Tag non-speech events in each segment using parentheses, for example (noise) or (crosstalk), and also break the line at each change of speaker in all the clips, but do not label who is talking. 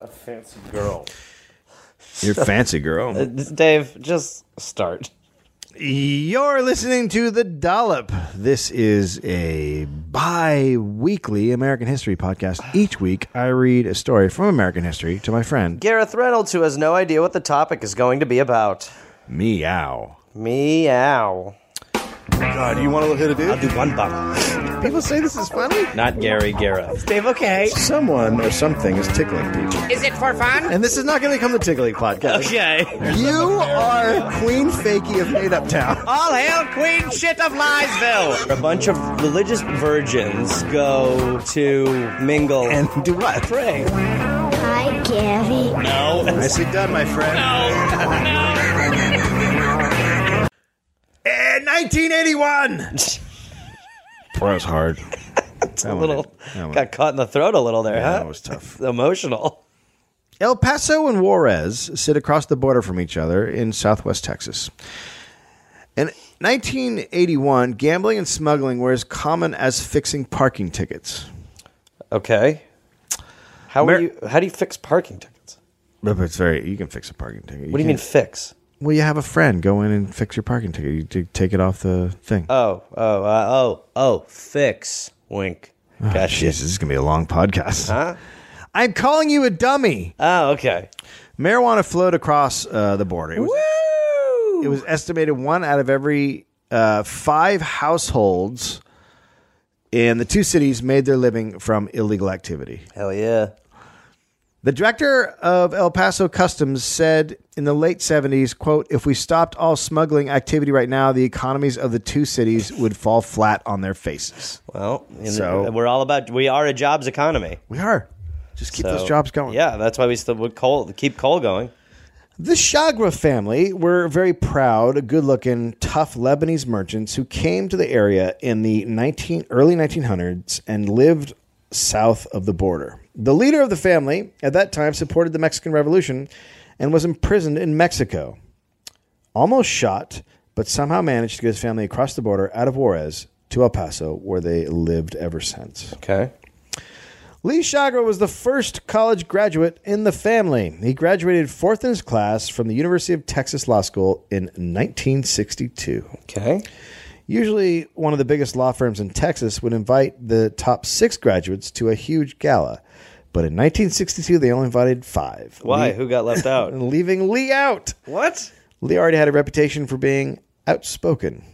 a fancy
(laughs)
girl.
You're fancy girl.
Dave, just start.
You're listening to The Dollop. This is a bi weekly American history podcast. Each week, I read a story from American history to my friend.
Gareth Reynolds, who has no idea what the topic is going to be about.
Meow.
Meow.
God, you want to hit a dude?
Do one bump.
People say this is funny.
Not Gary Gareth.
Dave, okay.
Someone or something is tickling people.
Is it for fun?
And this is not going to become the tickling (laughs) podcast.
Okay.
You are Queen Fakey of Made Up Town.
All hail Queen Shit of Liesville!
A bunch of religious virgins go to mingle. (laughs)
And do what? Pray.
Hi, Gary.
Nicely done, my friend. And 1981. That was hard.
it's a little
that one-
got caught in the throat a little there, huh?
That was tough.
Emotional.
El Paso and Juarez sit across the border from each other in southwest Texas. In 1981, gambling and smuggling were as common as fixing parking tickets.
Okay. How
Mer-
are you? How do you fix parking tickets?
But it's very you can fix a parking ticket.
What do you mean fix?
Well, you have a friend go in and fix your parking ticket. You t- take it off the thing.
Oh, oh, uh, oh, oh, fix. Wink.
Oh,
Gotcha.
Jesus, this is gonna be a long podcast. I'm calling you a dummy.
oh, okay.
Marijuana flowed across uh, the border. It was, it was estimated one out of every uh, five households in the two cities made their living from illegal activity.
Hell yeah.
The director of El Paso Customs said in the late 70s, quote, if we stopped all smuggling activity right now, the economies of the two cities would fall flat on their faces.
Well, you know,
So-
we're all about we are a jobs economy.
We are. Just keep
So,
those jobs going.
Yeah, that's why we still would coal keep coal going.
The Chagra family were very proud, good looking, tough Lebanese merchants who came to the area in the 19, early 1900s and lived south of the border. The leader of the family at that time supported the Mexican Revolution and was imprisoned in Mexico. Almost shot, but somehow managed to get his family across the border out of Juarez to El Paso, where they lived ever since.
Okay.
Lee Chagra was the first college graduate in the family. He graduated fourth in his class from the University of Texas Law School in 1962.
Okay.
Usually, one of the biggest law firms in Texas would invite the top six graduates to a huge gala, but in 1962, they only invited five.
Why?
Lee-
Who got left
(laughs)
out?
leaving Lee out.
what?
Lee already had a reputation for being outspoken.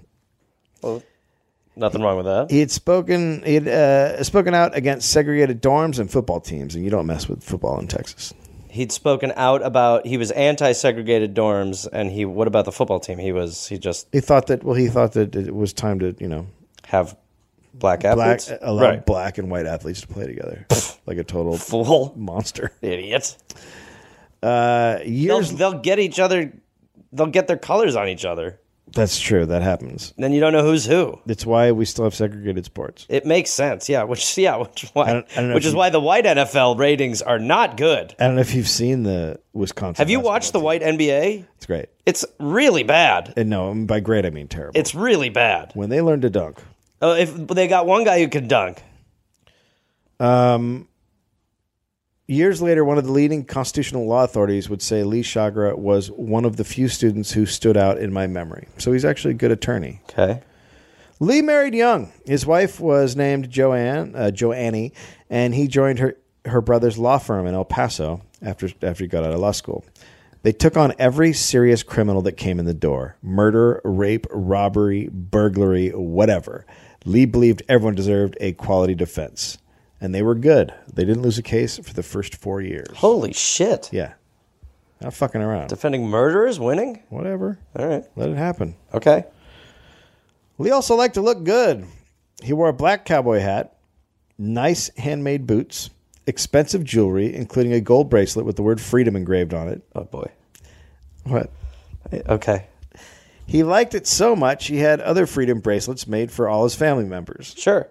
Nothing wrong with that.
He had spoken, he had uh, spoken out against segregated dorms and football teams, and you don't mess with football in Texas.
He'd spoken out about he was anti-segregated dorms, and he. What about the football team? He was. He just
he thought that well he thought that it was time to you know
have black
black uh,
athletes.
allow
right.
black and white athletes to
(laughs)
play together like a total
Fool.
monster
Idiot.
uh
They'll,
years
they'll get each other. They'll get their colors on each other.
that's true that happens
Then you don't know who's who.
that's why we still have segregated sports
It makes sense, yeah. Which, (laughs) yeah, which why,
I don't- I don't know
which
if
is
you-
why the white NFL ratings are not good.
i don't know if you've seen the wisconsin
Have you watched the white NBA?
it's great
It's really bad.
and no by great i mean terrible
It's really bad.
when they learn to dunk
Uh, if they got one guy who can dunk,
Years later, one of the leading constitutional law authorities would say Lee Chagra was one of the few students who stood out in my memory. So he's actually a good attorney.
okay,
Lee married young. His wife was named Joanne, uh, Joanne, and he joined her her brother's law firm in El Paso after after he got out of law school. They took on every serious criminal that came in the door: murder, rape, robbery, burglary, whatever. Lee believed everyone deserved a quality defense, and they were good. They didn't lose a case for the first four years.
holy shit!
Yeah, not fucking around.
Defending murderers, winning.
Whatever,
All right,
let it happen.
okay.
Lee also liked to look good. He wore a black cowboy hat, nice handmade boots, expensive jewelry, including a gold bracelet with the word freedom engraved on it.
Oh boy.
What?
Okay,
He liked it so much, he had other freedom bracelets made for all his family members.
sure.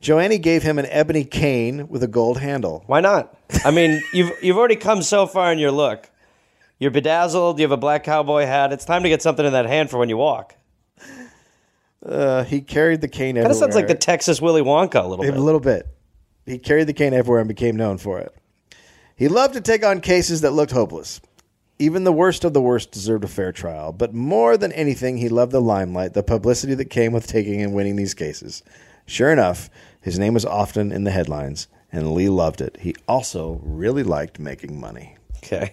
Joanne gave him an ebony cane with a gold handle.
Why not? I mean, (laughs) you've you've already come so far in your look. You're bedazzled. You have a black cowboy hat. It's time to get something in that hand for when you walk.
Uh, he carried the cane everywhere.
Kind of sounds like the Texas Willy Wonka a little
a
bit.
little bit. He carried the cane everywhere and became known for it. He loved to take on cases that looked hopeless. Even the worst of the worst deserved a fair trial, but more than anything, he loved the limelight, the publicity that came with taking and winning these cases. Sure enough, his name was often in the headlines, and Lee loved it. He also really liked making money.
Okay.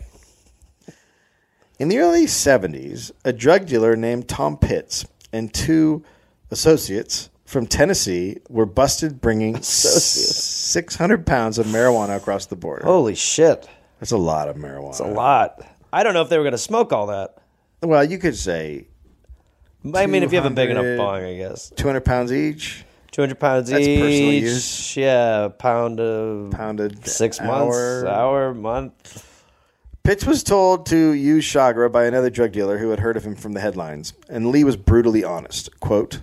In the early 70s, a drug dealer named Tom Pitts and two associates from Tennessee were busted
(laughs)
bringing s- 600 pounds of marijuana across the border.
Holy shit.
That's a lot of marijuana.
Oh. A lot. I don't know if they were going to smoke all that.
Well, you could say
I mean, if you have a big enough
200.
bong, I guess.
200 pounds each,
Two hundred pounds
That's
each.
personal use.
Yeah, a pound of
pounded.
six months,
hour.
hour, month.
Pitts was told to use Chagra by another drug dealer who had heard of him from the headlines, and Lee was brutally honest. Quote,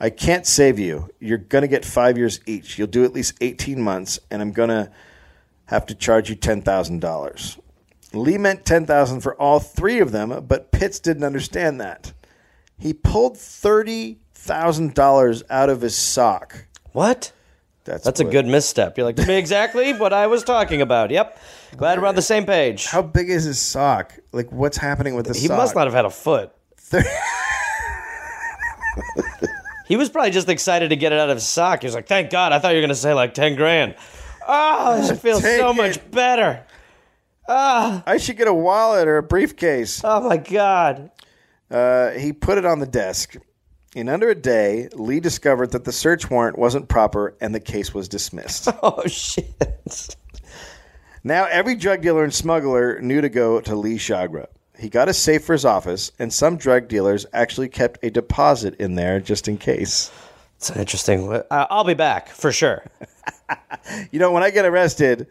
I can't save you. You're going to get five years each. You'll do at least 18 months, and I'm going to have to charge you $10,000. Lee meant 10000 for all three of them, but Pitts didn't understand that. He pulled $30,000 out of his sock.
What? That's a
what-
good misstep. You're like, "Give me
(laughs)
exactly what I was talking about. Yep. Glad we're on the same page.
How big is his sock? Like, what's happening with the
he
sock?
must not have had a
(laughs)
foot. he was probably just excited to get it out of his sock. He was like, thank God. I thought you were going to say like 10 grand. Oh,
(laughs)
this feels
Take
so
it.
much better.
I should get a wallet or a briefcase.
Oh, my God.
Uh, he put it on the desk. In under a day, Lee discovered that the search warrant wasn't proper and the case was dismissed.
Oh, (laughs) shit.
now, every drug dealer and smuggler knew to go to Lee Chagra. He got a safe for his office, and some drug dealers actually kept a deposit in there just in case.
It's an interesting. Uh, I'll be back for sure.
You know, when I get arrested,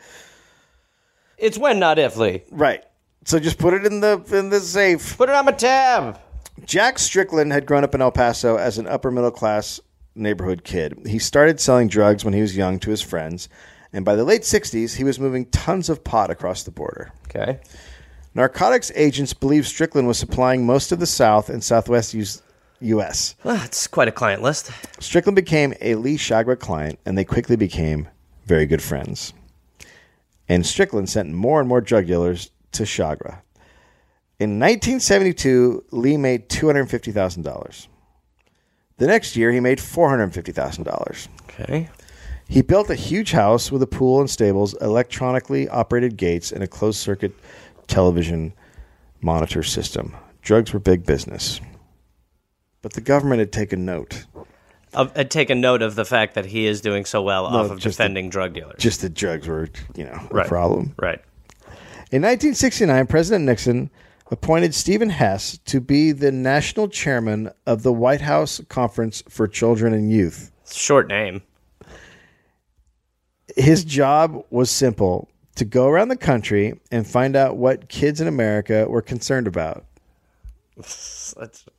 It's when, not if, Lee.
right. So just put it in the in the safe.
Put it on my tab.
Jack Strickland had grown up in El Paso as an upper middle class neighborhood kid. He started selling drugs when he was young to his friends, and by the late 60s, he was moving tons of pot across the border.
Okay.
Narcotics agents believe Strickland was supplying most of the South and Southwest US- U.S.
Well, Ah, it's quite a client list.
Strickland became a Lee Chagra client, and they quickly became very good friends. And Strickland sent more and more drug dealers to Chagra. In 1972, Lee made $250,000. The next year, he made $450,000.
Okay.
He built a huge house with a pool and stables, electronically operated gates, and a closed circuit television monitor system. Drugs were big business. But the government had taken note.
I've, I'd take a note of the fact that he is doing so well off of
just the-
defending drug dealers.
Just that drugs were, you know, a
Right.
problem.
Right.
In 1969, President Nixon appointed Stephen Hess to be the national chairman of the White House Conference for Children and Youth.
Short name.
His job was simple to go around the country and find out what kids in America were concerned about.
That's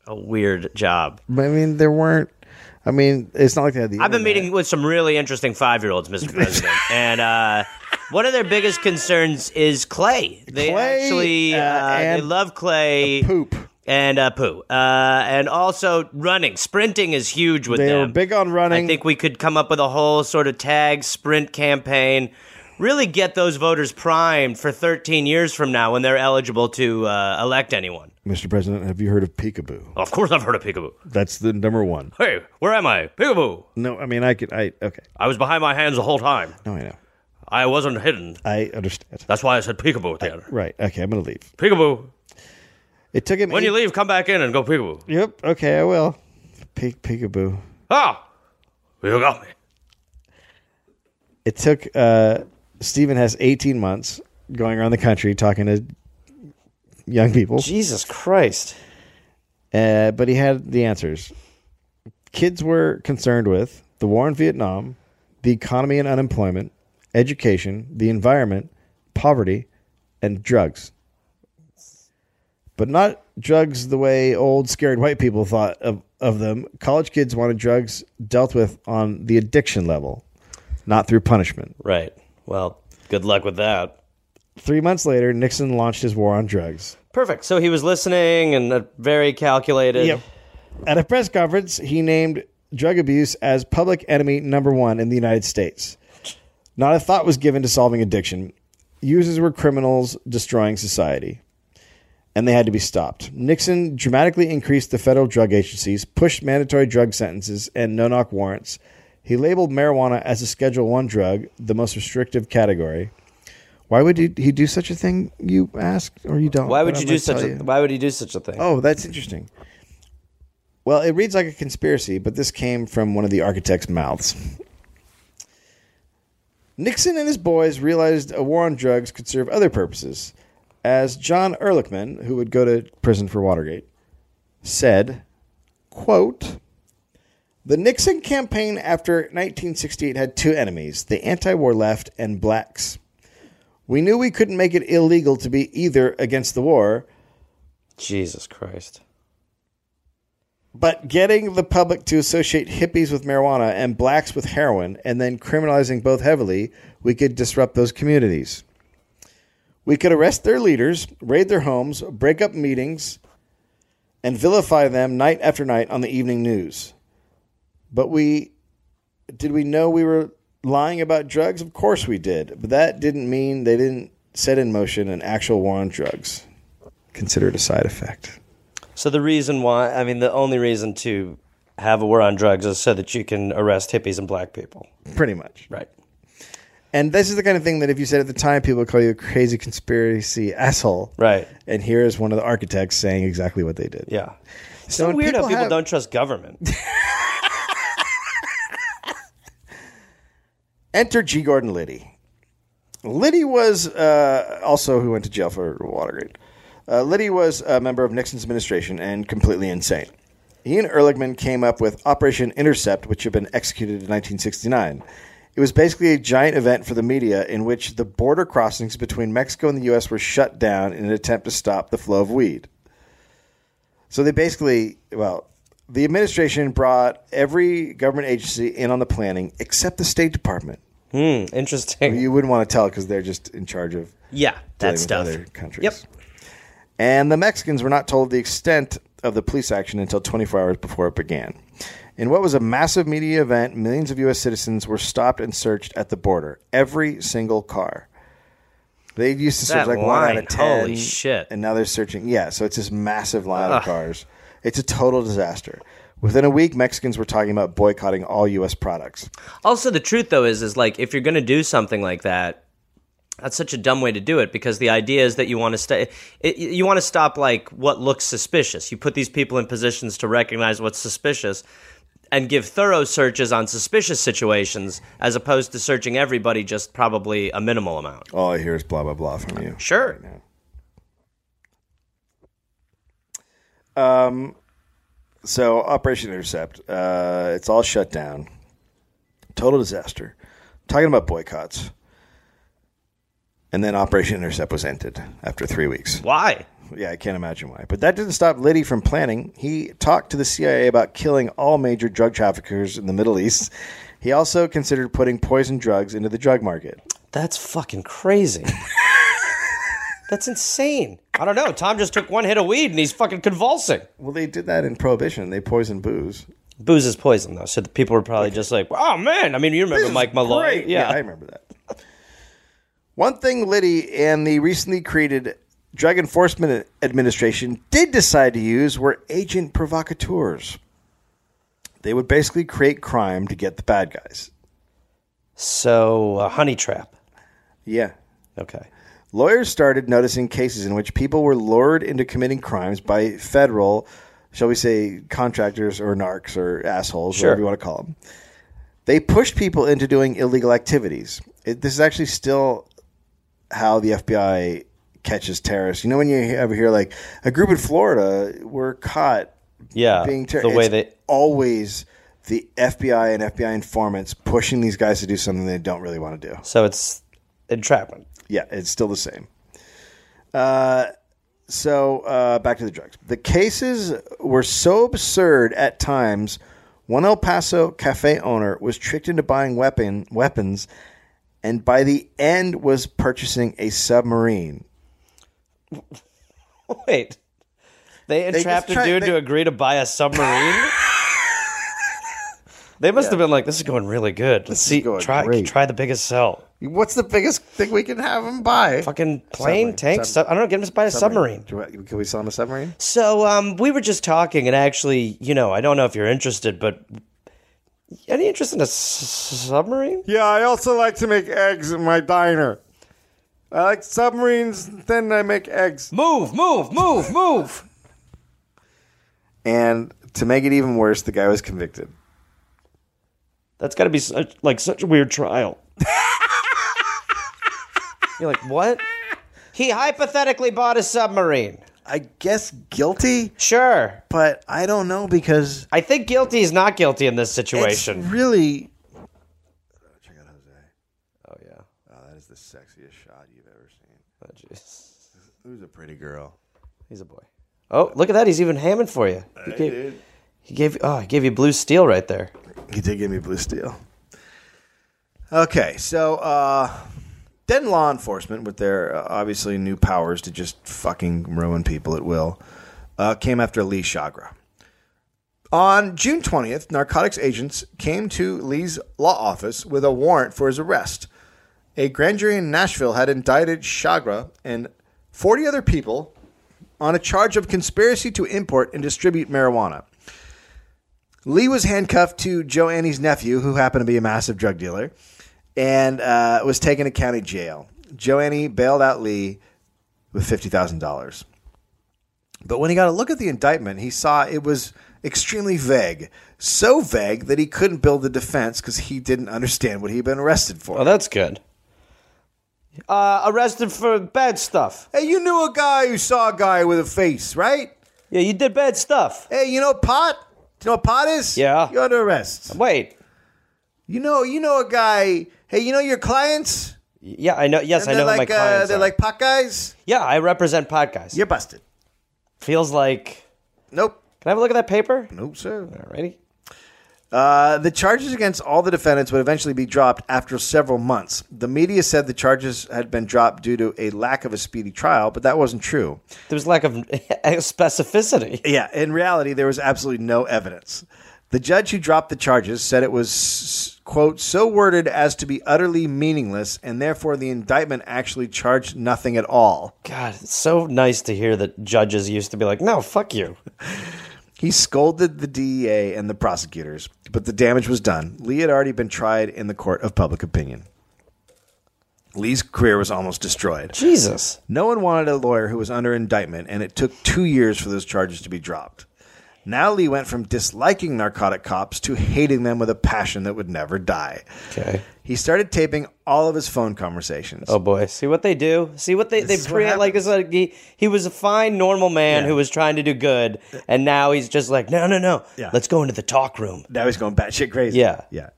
a weird job.
But I mean, there weren't. I mean, it's not like they had the.
I've been
internet.
meeting with some really interesting five year olds, Mr. (laughs) President. and uh, one of their biggest concerns is clay. They
Clay,
actually
uh,
uh, they
and
love clay.
poop.
And uh, poo. Uh, and also running. Sprinting is huge with
They
them.
were big on running.
I think we could come up with a whole sort of tag sprint campaign. Really get those voters primed for 13 years from now when they're eligible to uh, elect anyone.
Mr. President, have you heard of peekaboo?
Of course, I've heard of peekaboo.
That's the number one.
Hey, where am I? Peekaboo.
No, I mean, I could. I okay.
I was behind my hands the whole time.
No, I know.
I wasn't hidden.
I understand.
That's why I said peekaboo there.
Right. Okay, I'm gonna leave.
Peekaboo.
It took him.
When you
eight-
leave, come back in and go peekaboo.
Yep. Okay, I will. Peek peekaboo.
Ah, you got me.
It took. uh Stephen has 18 months going around the country talking to young people,
Jesus Christ.
uh, but he had the answers. Kids were concerned with the war in Vietnam, the economy and unemployment, education, the environment, poverty, and drugs. But not drugs the way old scared white people thought of, of them. College kids wanted drugs dealt with on the addiction level, not through punishment.
Right. Well, good luck with that.
Three months later, Nixon launched his war on drugs.
Perfect. So he was listening and uh, very calculated.
Yep. At a press conference, he named drug abuse as public enemy number one in the United States. Not a thought was given to solving addiction. Users were criminals destroying society, and they had to be stopped. Nixon dramatically increased the federal drug agencies, pushed mandatory drug sentences and no-knock warrants. He labeled marijuana as a Schedule One drug, the most restrictive category. Why would he, he do such a thing? You ask, or you don't?
Why would
but
you
I'm
do
gonna
such
tell
a
you.
Why would he do such a thing?
Oh, that's interesting. Well, it reads like a conspiracy, but this came from one of the architect's mouths. Nixon and his boys realized a war on drugs could serve other purposes. As John Ehrlichman, who would go to prison for Watergate, said, quote, the Nixon campaign after 1968 had two enemies, the anti-war left and blacks. We knew we couldn't make it illegal to be either against the war,
Jesus Christ!
But getting the public to associate hippies with marijuana and blacks with heroin and then criminalizing both heavily, we could disrupt those communities. We could arrest their leaders, raid their homes, break up meetings, and vilify them night after night on the evening news. But we did we know we were lying about drugs? Of course we did. But that didn't mean they didn't set in motion an actual war on drugs. Considered a side effect.
So the reason why, I mean, the only reason to have a war on drugs is so that you can arrest hippies and black people,
Pretty much.
right?
And this is the kind of thing that if you said at the time, people would call you a crazy conspiracy asshole.
Right.
And here is one of the architects saying exactly what they did.
Yeah. It's
So
so
when
weird
people
how people
have-
don't trust
(laughs)
government.
Enter G. Gordon Liddy. Liddy was uh, also who went to jail for Watergate. Uh, Liddy was a member of Nixon's administration and completely insane. He and Ehrlichman came up with Operation Intercept, which had been executed in 1969. It was basically a giant event for the media in which the border crossings between Mexico and the U.S. were shut down in an attempt to stop the flow of weed. So they basically, well, the administration brought every government agency in on the planning except the State Department.
Interesting.
You wouldn't want to tell because they're just in charge of
Yeah,
dealing
that
with
stuff.
other countries.
Yep.
And the Mexicans were not told the extent of the police action until 24 hours before it began. In what was a massive media event, millions of U.S. citizens were stopped and searched at the border. Every single car. They used to search
That
like one out
line,
of ten.
holy shit.
And now they're searching. Yeah, so it's this massive line of cars. It's a total disaster. Within a week, Mexicans were talking about boycotting all U.S. products.
Also, the truth though is, is like if you're gonna do something like that, that's such a dumb way to do it because the idea is that you want to stay, it, you want to stop like what looks suspicious. You put these people in positions to recognize what's suspicious and give thorough searches on suspicious situations as opposed to searching everybody just probably a minimal amount.
All I hear is blah blah blah from you.
Sure.
So Operation Intercept, uh, it's all shut down. Total disaster. Talking about boycotts. And then Operation Intercept was ended after three weeks.
Why?
Yeah, I can't imagine why. But that didn't stop Liddy from planning. He talked to the CIA about killing all major drug traffickers in the Middle East. He also considered putting poison drugs into the drug market.
That's fucking crazy.
(laughs)
That's insane.
I don't know. Tom just took one hit of weed and he's fucking convulsing.
Well, they did that in Prohibition. They poisoned booze.
Booze is poison, though. So the people were probably just like,
Oh man! I mean, you remember Mike Malloy?
Great. Yeah. I remember that. One thing Liddy and the recently created Drug Enforcement Administration did decide to use were agent provocateurs. They would basically create crime to get the bad guys.
so a honey trap.
Yeah.
Okay.
Lawyers started noticing cases in which people were lured into committing crimes by federal, shall we say, contractors or narcs or assholes, whatever you want to call them. They pushed people into doing illegal activities. It, this is actually still how the FBI catches terrorists. You know, when you he- ever hear like a group in Florida were caught
Yeah.
being
Uh, the
terrorists,
way they
always the FBI and FBI informants pushing these guys to do something they don't really want to do.
So it's entrapment. (laughs)
Yeah, it's still the same. Uh, so uh, back to the drugs. The cases were so absurd at times. One El Paso cafe owner was tricked into buying weapon weapons, and by the end was purchasing a submarine.
Wait. They
just
entrapped
try-
a dude
they-
to agree to buy a
(laughs)
submarine? they must have been like, this is going really good. Let's see,
going
try,
great."
try the biggest cell.
What's the biggest thing we can have him buy?
Fucking plane, tank,
sub-
sub- I don't know. Get him to buy a submarine.
Do we, can we sell him a submarine?
So um, we were just talking, and actually, you know, I don't know if you're interested, but any interest in a s- submarine?
Yeah, I also like to make eggs in my diner. I like submarines, then I make eggs.
Move, move, move, move.
And to make it even worse, the guy was convicted.
That's got to be such, like such a weird trial. You're like, what? He hypothetically bought a submarine.
I guess guilty,
Sure.
but I don't know because
I think guilty is not guilty in this
it's
situation.
really. Check out Jose.
oh, yeah.
Oh, that is the sexiest shot you've ever seen.
Oh, jeez.
Who's a pretty girl?
He's a boy. Oh, look at that. He's even hamming for you. He gave, He gave, oh, he gave you blue steel right there.
He did give me blue steel. Okay, so uh, then law enforcement, with their uh, obviously new powers to just fucking ruin people at will, uh, came after Lee Chagra. On June 20th, narcotics agents came to Lee's law office with a warrant for his arrest. A grand jury in Nashville had indicted Chagra and 40 other people on a charge of conspiracy to import and distribute marijuana. Lee was handcuffed to Joe Annie's nephew, who happened to be a massive drug dealer, and uh, was taken to county jail. Joe Annie bailed out Lee with $50,000. But when he got a look at the indictment, he saw it was extremely vague. So vague that he couldn't build the defense because he didn't understand what he'd been arrested for.
Oh, that's good. Uh, arrested for bad stuff.
hey, you knew a guy who saw a guy with a face, right?
Yeah, you did bad stuff.
Hey, you know pot? You know what pot is?
Yeah.
You're under arrest.
Wait.
You know, you know a guy. Hey, you know your clients?
Yeah, I know. Yes, I
they're
know who my
like uh,
clients
they're
are.
like pot guys.
yeah, I represent pod guys.
You're busted.
Feels like.
Nope.
Can I have a look at that paper?
Nope, sir.
Alrighty.
Uh, the charges against all the defendants would eventually be dropped after several months. The media said the charges had been dropped due to a lack of a speedy trial, but that wasn't true.
There was lack of (laughs) specificity.
Yeah, in reality, there was absolutely no evidence. The judge who dropped the charges said it was, quote, so worded as to be utterly meaningless, and therefore the indictment actually charged nothing at all.
God, it's so nice to hear that judges used to be like, no, fuck you.
He scolded the DEA and the prosecutors, but the damage was done. Lee had already been tried in the court of public opinion. Lee's career was almost destroyed.
Jesus.
No one wanted a lawyer who was under indictment, and it took two years for those charges to be dropped. Now Lee went from disliking narcotic cops to hating them with a passion that would never die.
Okay.
He started taping all of his phone conversations.
Oh boy, see what they do. See what they
is
they
what
pre like
happens.
it's like he, he was a fine normal man who was trying to do good, and now he's just like, no, no, no.
Yeah.
Let's go into the talk room.
Now he's going batshit crazy.
Yeah.
Yeah.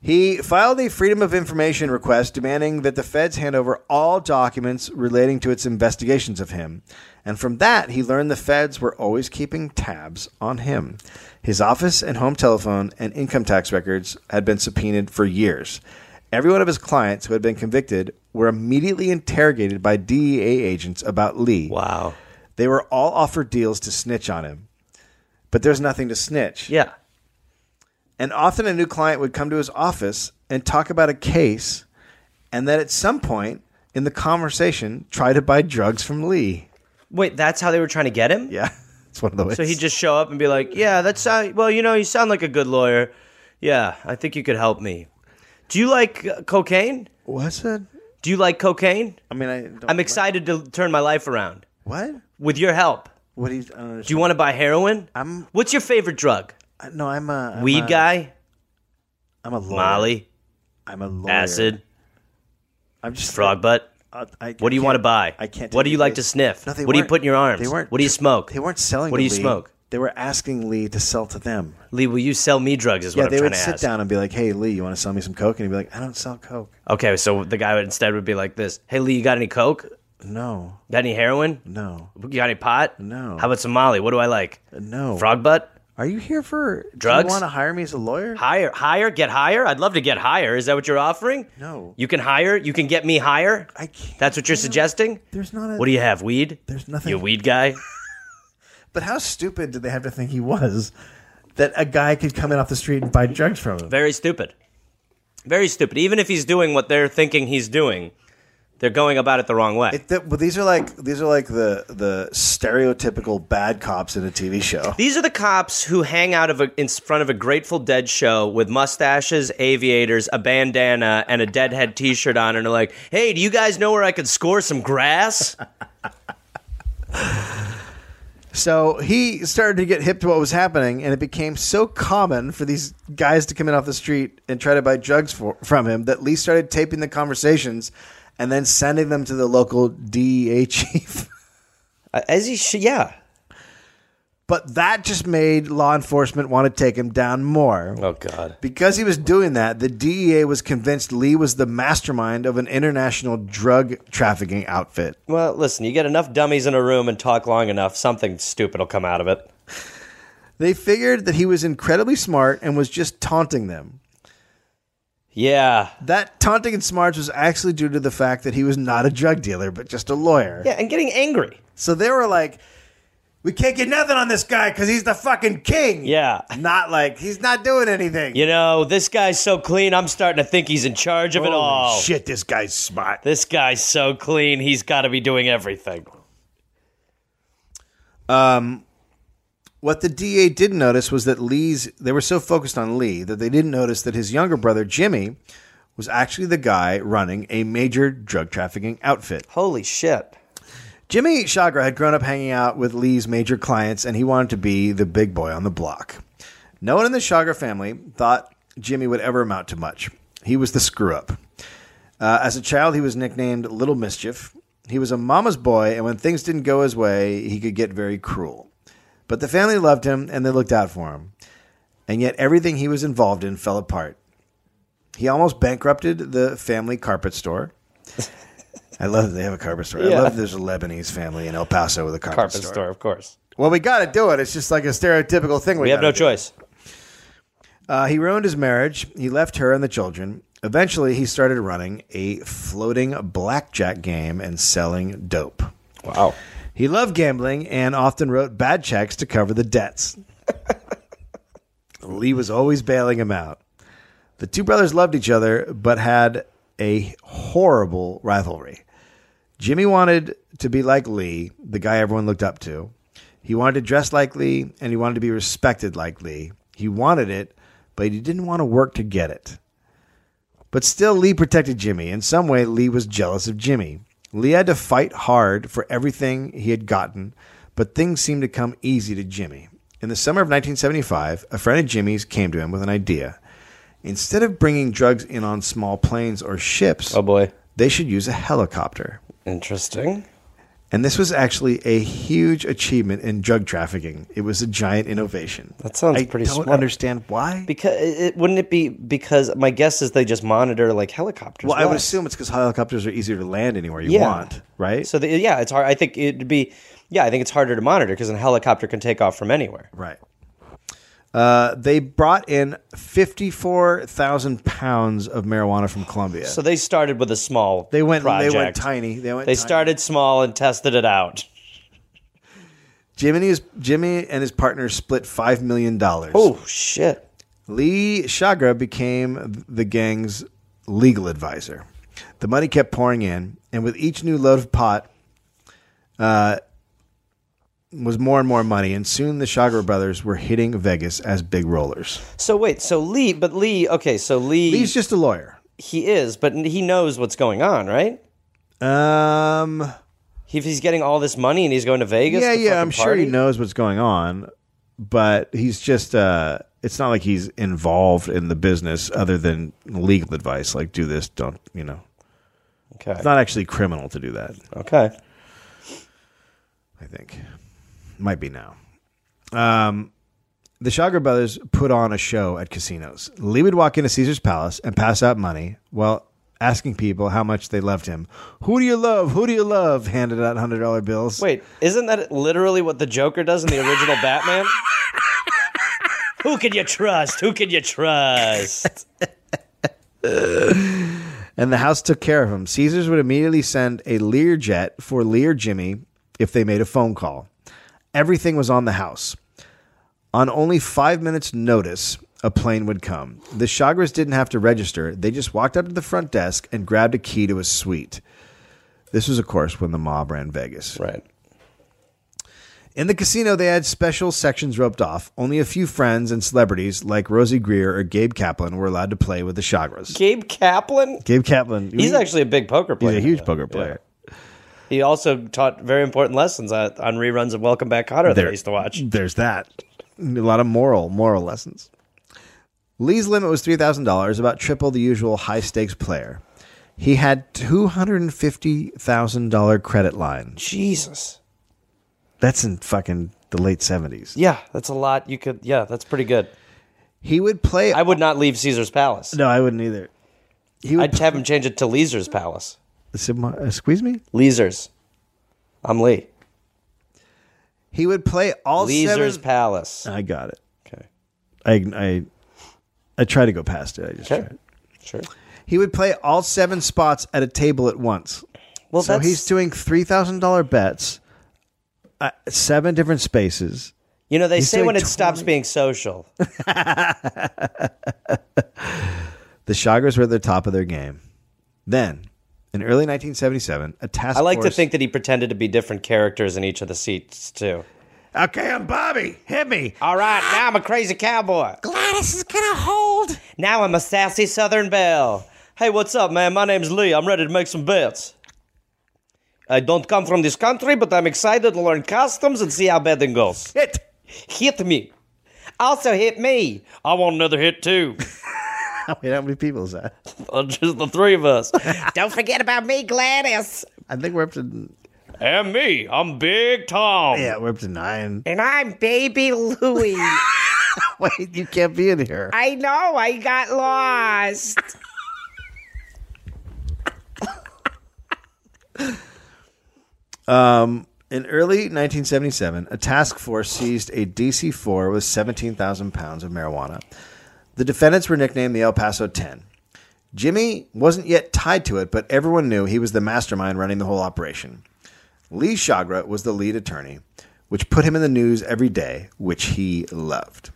He filed a Freedom of Information request demanding that the feds hand over all documents relating to its investigations of him. And from that, he learned the feds were always keeping tabs on him. His office and home telephone and income tax records had been subpoenaed for years. Every one of his clients who had been convicted were immediately interrogated by DEA agents about Lee.
Wow.
They were all offered deals to snitch on him. But there's nothing to snitch.
Yeah.
And often a new client would come to his office and talk about a case, and then at some point in the conversation, try to buy drugs from Lee. (laughs)
Wait, that's how they were trying to get him?
Yeah, it's one of the ways.
So he'd just show up and be like, "Yeah, that's uh, well, you know, you sound like a good lawyer. Yeah, I think you could help me. Do you like uh, cocaine?
what's it?
Do you like cocaine?
I mean, I don't,
I'm excited to turn my life around
What?
with your help.
What do you? I don't
Do you want to buy heroin?
I'm-
What's your favorite drug?
to? No, I'm a I'm
Weed
a-
guy,
I'm a lawyer.
Molly,
I'm a lawyer.
acid,
I'm just
frog butt.
I- I-
What do you
I
want to
can't-
buy?
I can't.
What
tell
do you like to
this.
sniff?
No, they
what do you
weren't-
put in your arms?
They weren't.
What do you smoke?
They weren't selling.
What
to
do you
Lee.
smoke?
They were asking Lee to sell to them.
Lee, will you sell me drugs? Is what
yeah,
I'm
they
trying
would
to
sit
ask.
down and be like, "Hey, Lee, you want to sell me some coke?" And he'd be like, "I don't sell coke.
Okay, so the guy would instead would be like this: Hey, Lee, you got any coke?
No,
Got any heroin?
no,
You got any pot?
No.
How about some Molly? What do I like?
no."
Frog butt?
Are you here for
Drugs?
Do you want to hire me as a lawyer?
Higher, higher, get higher. I'd love to get higher. Is that what you're offering?
No.
You can hire. You can get me higher.
I can't.
That's what you're suggesting.
There's not a.
What do you have? Weed?
There's nothing-
You a weed guy?
But how stupid did they have to think he was that a guy could come in off the street and buy drugs from him?
Very stupid. Very stupid. Even if he's doing what they're thinking he's doing, they're going about it the wrong way.
Th- but these are like these are like the the stereotypical bad cops in a TV show.
These are the cops who hang out of a, in front of a Grateful Dead show with mustaches, aviators, a bandana, and a Deadhead T-shirt on, and are like, "Hey, do you guys know where I could score some grass?"
So he started to get hip to what was happening, and it became so common for these guys to come in off the street and try to buy drugs for, from him that Lee started taping the conversations and then sending them to the local E. DEA chief.
(laughs) Uh, As he should, yeah.
(laughs) But that just made law enforcement want to take him down more.
Oh God.
Because he was doing that, the DEA was convinced Lee was the mastermind of an international drug trafficking outfit.
Well, listen, you get enough dummies in a room and talk long enough, something stupid will come out of it.
They figured that he was incredibly smart and was just taunting them.
Yeah.
That taunting and smarts was actually due to the fact that he was not a drug dealer, but just a lawyer.
Yeah, and getting angry.
So they were like, we can't get nothing on this guy because he's the fucking king.
Yeah.
Not like, he's not doing anything.
You know, this guy's so clean, I'm starting to think he's in charge of it
Holy
all.
Shit, this guy's smart.
This guy's so clean, he's got to be doing everything.
What the DA did notice was that Lee's, they were so focused on Lee that they didn't notice that his younger brother, Jimmy, was actually the guy running a major drug trafficking outfit.
Holy shit.
Jimmy Chagra had grown up hanging out with Lee's major clients, and he wanted to be the big boy on the block. No one in the Chagra family thought Jimmy would ever amount to much. He was the screw up. Uh, as a child, he was nicknamed Little Mischief. He was a mama's boy, and when things didn't go his way, he could get very cruel. But the family loved him, and they looked out for him. And yet, everything he was involved in fell apart. He almost bankrupted the family carpet store. I love that they have a carpet store. I love that there's a Lebanese family in El Paso with a carpet,
Carpet
store.
store, of course.
Well, we got to do it. It's just like a stereotypical thing. We,
We have
gotta
no
do.
choice.
Uh, he ruined his marriage. He left her and the children. Eventually, he started running a floating blackjack game and selling dope.
Wow.
He loved gambling and often wrote bad checks to cover the debts. Lee was always bailing him out. The two brothers loved each other, but had a horrible rivalry. Jimmy wanted to be like Lee, the guy everyone looked up to. He wanted to dress like Lee, and he wanted to be respected like Lee. He wanted it, but he didn't want to work to get it. But still, Lee protected Jimmy. In some way, Lee was jealous of Jimmy. Lee had to fight hard for everything he had gotten, but things seemed to come easy to Jimmy. In the summer of 1975, a friend of Jimmy's came to him with an idea. Instead of bringing drugs in on small planes or ships,
Oh boy.
they should use a helicopter.
Interesting.
And this was actually a huge achievement in drug trafficking. It was a giant innovation.
That sounds
I
pretty
don't
smart.
understand why.
Because it, wouldn't it be because my guess is they just monitor like helicopters.
well, I would
less.
assume it's because helicopters are easier to land anywhere you
Yeah.
want, right?
So the, yeah, it's hard. I think it'd be yeah, I think it's harder to monitor because a helicopter can take off from anywhere.
Right. Uh, they brought in 54,000 pounds of marijuana from Colombia.
So they started with a small.
they went
Project.
they went tiny. They went
They
tiny.
started small and tested it out.
Jimmy and his, Jimmy and his partner split 5 million dollars.
Oh shit!
Lee Chagra became the gang's legal advisor. The money kept pouring in, and with each new load of pot, uh, was more and more money. And soon the Chagra brothers were hitting Vegas as big rollers.
So wait, so Lee, but Lee, okay, so Lee,
He's just a lawyer.
he is, but he knows what's going on, right?
Um,
If he's getting all this money and he's going to Vegas,
yeah,
to
yeah,
fucking
I'm sure he
party?
knows what's going on, but he's just uh it's not like he's involved in the business other than legal advice like do this, don't, you know.
Okay,
It's not actually criminal to do that,
okay,
I think. Might be now. Um the Chagra brothers put on a show at casinos. Lee would walk into Caesar's Palace and pass out money while asking people how much they loved him. Who do you love? Who do you love? Handed out $100 bills.
wait, isn't that literally what the Joker does in the original Batman? Who can you trust? Who can you trust?
and the house took care of him. Caesars would immediately send a Lear jet for Lear Jimmy if they made a phone call. Everything was on the house. On only five minutes' notice, a plane would come. The Chagras didn't have to register. They just walked up to the front desk and grabbed a key to a suite. This was, of course, when the mob ran Vegas.
Right.
In the casino, they had special sections roped off. Only a few friends and celebrities like Rosie Greer or Gabe Kaplan were allowed to play with the Chagras.
Gabe Kaplan.
Gabe Kaplan.
He's actually a big poker player.
he's a huge
Yeah.
poker player.
He also taught very important lessons on, on reruns of Welcome Back, Cotter that I used to watch.
There's that. A lot of moral moral lessons. Lee's limit was three thousand dollars, about triple the usual high stakes player. He had two hundred and fifty thousand dollar credit line.
Jesus.
That's in fucking the late seventies.
Yeah, that's a lot. You could. Yeah, that's pretty good.
He would play.
I would not leave Caesar's Palace.
no, I wouldn't either. He would
I'd have him change it to Leaser's Palace.
Squ- squeeze me.
Leaser's. I'm Lee.
He would play all
Leaser's
seven. Oh,
Palace.
I got it.
Okay.
I I I try to go past it. I just
Okay.
tried.
Sure.
He would play all seven spots at a table at once.
Well,
so
that's
he's doing three thousand dollar bets, uh, seven different spaces.
you know they
he's
say
doing
when it
20
stops being social.
The Chagres were at the top of their game. Then, in early 1977, a task.
I like to
force-
think that he pretended to be different characters in each of the seats too.
Okay, I'm Bobby. Hit me.
All right, now I'm a crazy cowboy.
Gladys is gonna hold.
Now I'm a sassy Southern belle. Hey, what's up, man? My name's Lee. I'm ready to make some bets. I don't come from this country, but I'm excited to learn customs and see how betting goes.
Hit. (laughs)
Hit me. Also hit me. I want another hit too. (laughs)
Wait, how many people is that?
Uh, Just the three of (laughs) us.
Don't forget about me, Gladys.
I think we're up to
and me. I'm Big Tom.
yeah, we're up to nine. (laughs)
And I'm Baby Louie. (laughs)
Wait, you can't be in here.
I know I got lost.
In early 1977, a task force seized a DC 4 with 17,000 pounds of marijuana. The defendants were nicknamed the El Paso 10. Jimmy wasn't yet tied to it, but everyone knew he was the mastermind running the whole operation. Lee Chagra was the lead attorney, which put him in the news every day, which he loved.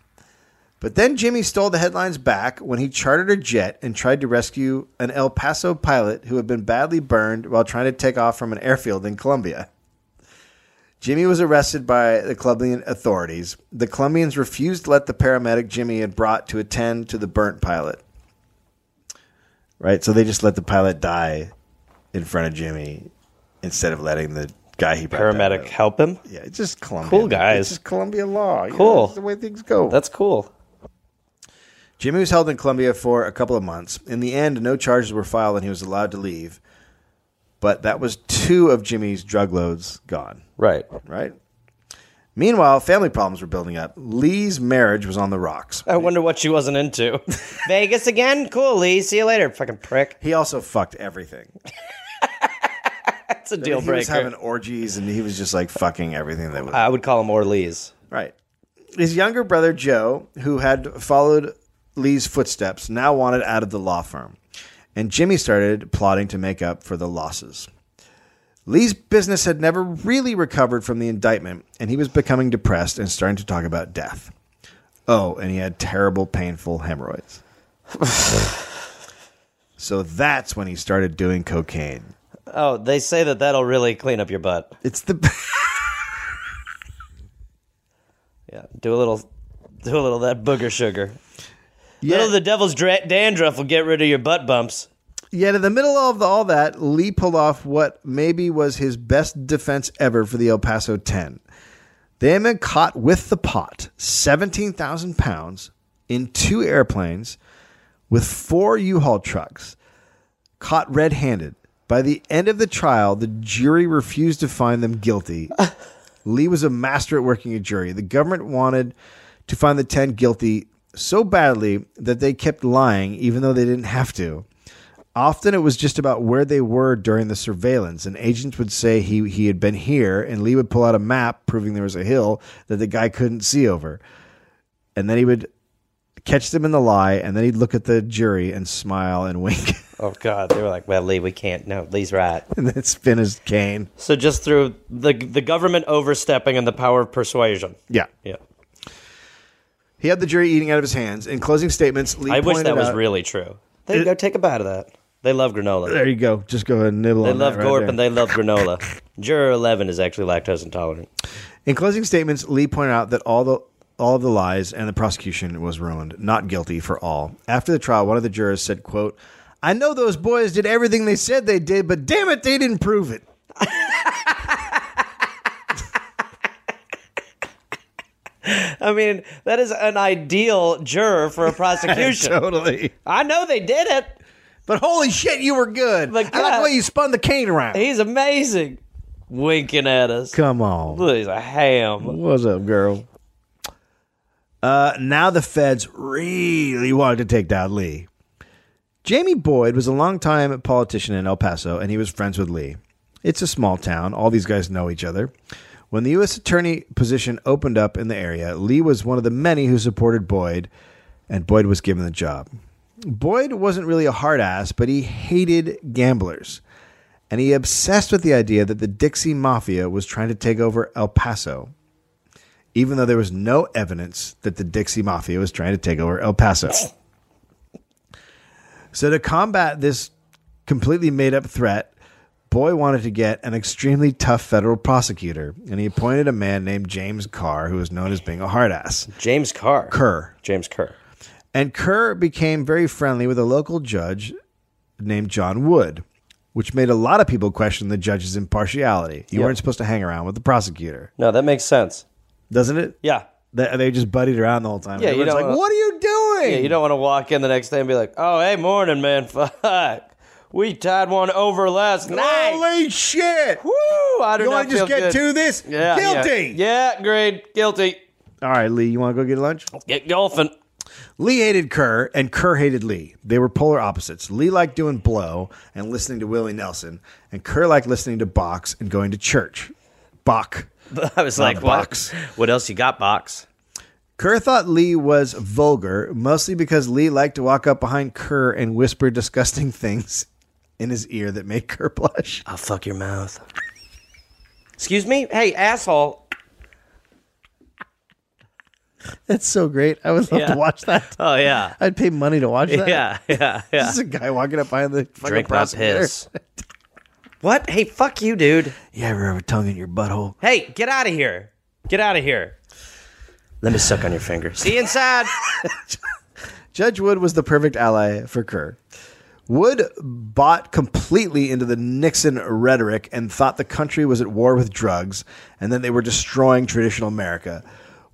But then Jimmy stole the headlines back when he chartered a jet and tried to rescue an El Paso pilot who had been badly burned while trying to take off from an airfield in Colombia. Jimmy was arrested by the Colombian authorities. The Colombians refused to let the paramedic Jimmy had brought to attend to the burnt pilot. Right, so they just let the pilot die in front of Jimmy instead of letting the guy he brought down
Paramedic,
know.
help him.
Yeah, it's just Colombia.
Cool guys.
It's just Colombia law. You know,
Cool.
it's the way things go.
That's cool.
Jimmy was held in Colombia for a couple of months. In the end, no charges were filed and he was allowed to leave. But that was two of Jimmy's drug loads gone,
Right.
right? Meanwhile, family problems were building up. Lee's marriage was on the rocks.
I wonder what she wasn't into. (laughs) Vegas again? Cool, Lee. See you later, fucking prick.
He also fucked everything.
That's a deal
he was having
breaker.
orgies and he was just like fucking everything that was.
I would call him Orlees.
Right. His younger brother, Joe, who had followed Lee's footsteps, now wanted out of the law firm. And Jimmy started plotting to make up for the losses. Lee's business had never really recovered from the indictment, and he was becoming depressed and starting to talk about death. Oh, and he had terrible, painful hemorrhoids. so that's when he started doing cocaine.
Oh, they say that that'll really clean up your butt.
It's the. (laughs)
Yeah, do a little, do a little of that booger sugar. Little of the devil's dra- dandruff will get rid of your butt bumps.
Yet, in the middle of all that, Lee pulled off what maybe was his best defense ever for the El Paso 10. They had been caught with the pot, 17,000 pounds, in two airplanes with four U Haul trucks, caught red handed. By the end of the trial, the jury refused to find them guilty. Lee was a master at working a jury. The government wanted to find the 10 guilty so badly that they kept lying, even though they didn't have to. Often it was just about where they were during the surveillance. An agent would say he, he had been here, and Lee would pull out a map proving there was a hill that the guy couldn't see over. And then he would catch them in the lie, and then he'd look at the jury and smile and (laughs) wink,
Oh God, they were like, well, Lee, we can't. No, Lee's right.
(laughs) and then spin his cane.
So just through the the government overstepping and the power of persuasion.
Yeah.
Yeah.
He had the jury eating out of his hands. In closing statements, Lee
I wish
pointed
that was
out-
really true. There you go. Take a bite of that. They love granola.
There you go. Just go ahead and nibble.
They
on
love
that right
Gorp
there.
and they love granola. Juror 11 is actually lactose intolerant.
In closing statements, Lee pointed out that all the all of the lies and the prosecution was ruined, not guilty for all. After the trial, one of the jurors said, quote, I know those boys did everything they said they did, but damn it, they didn't
(laughs)
prove it.
I mean, that is an ideal juror for (laughs) a prosecution.
Totally.
I know they did it.
But holy shit, you were good.
Like,
I like
yeah.
the way you spun the cane around.
He's amazing. Winking at us.
Come on.
Look, He's a ham.
What's up, girl? Uh, now the feds really wanted to take down Lee. Jamie Boyd was a longtime politician in El Paso, and he was friends with Lee. It's a small town. All these guys know each other. When the U.S. attorney position opened up in the area, Lee was one of the many who supported Boyd, and Boyd was given the job. Boyd wasn't really a hard ass, but he hated gamblers and he obsessed with the idea that the Dixie Mafia was trying to take over El Paso, even though there was no evidence that the Dixie Mafia was trying to take over El Paso. so, to combat this completely made up threat, Boy wanted to get an extremely tough federal prosecutor, and he appointed a man named James Carr, who was known as being a hard ass.
James Carr.
Kerr.
James Kerr.
And Kerr became very friendly with a local judge named John Wood, which made a lot of people question the judge's impartiality. You weren't supposed to hang around with the prosecutor,
No, that makes sense.
doesn't it?
Yeah.
They, they just buddied around the whole time.
Yeah, you
Everyone's
don't
like,
wanna-
what are you doing?
Yeah, you don't want to walk in the next day and be like, oh, hey, morning, man. (laughs) Fuck. We tied one over last night.
Holy shit!
Woo! I do
You
not
want to just
feel
get
good.
to this?
Yeah, yeah.
Guilty!
Yeah, agreed. Guilty.
All right, Lee, you want to go get lunch?
Get golfing.
Lee hated Kerr, and Kerr hated Lee. They were polar opposites. Lee liked doing blow and listening to Willie Nelson, and Kerr liked listening to box and going to church. Bach.
(laughs) I was like, what?
box.
What else you got, box?
Kerr thought Lee was vulgar, mostly because Lee liked to walk up behind Kerr and whisper disgusting (laughs) things in his ear that made Kerr blush.
I'll fuck your mouth. Excuse me? Hey, asshole.
That's so great. I would love
Yeah.
to watch that.
Oh, yeah.
I'd pay money to watch that.
(laughs) Yeah, yeah, yeah.
This is a guy walking up behind the fucking
Drink my
prosecutor.
piss. what? Hey, fuck you, dude.
You ever have a tongue in your butthole?
Hey, get out of here. Get out of here. Let me suck on your finger. See you inside.
Judge Wood was the perfect ally for Kerr. Wood bought completely into the Nixon rhetoric and thought the country was at war with drugs and that they were destroying traditional America.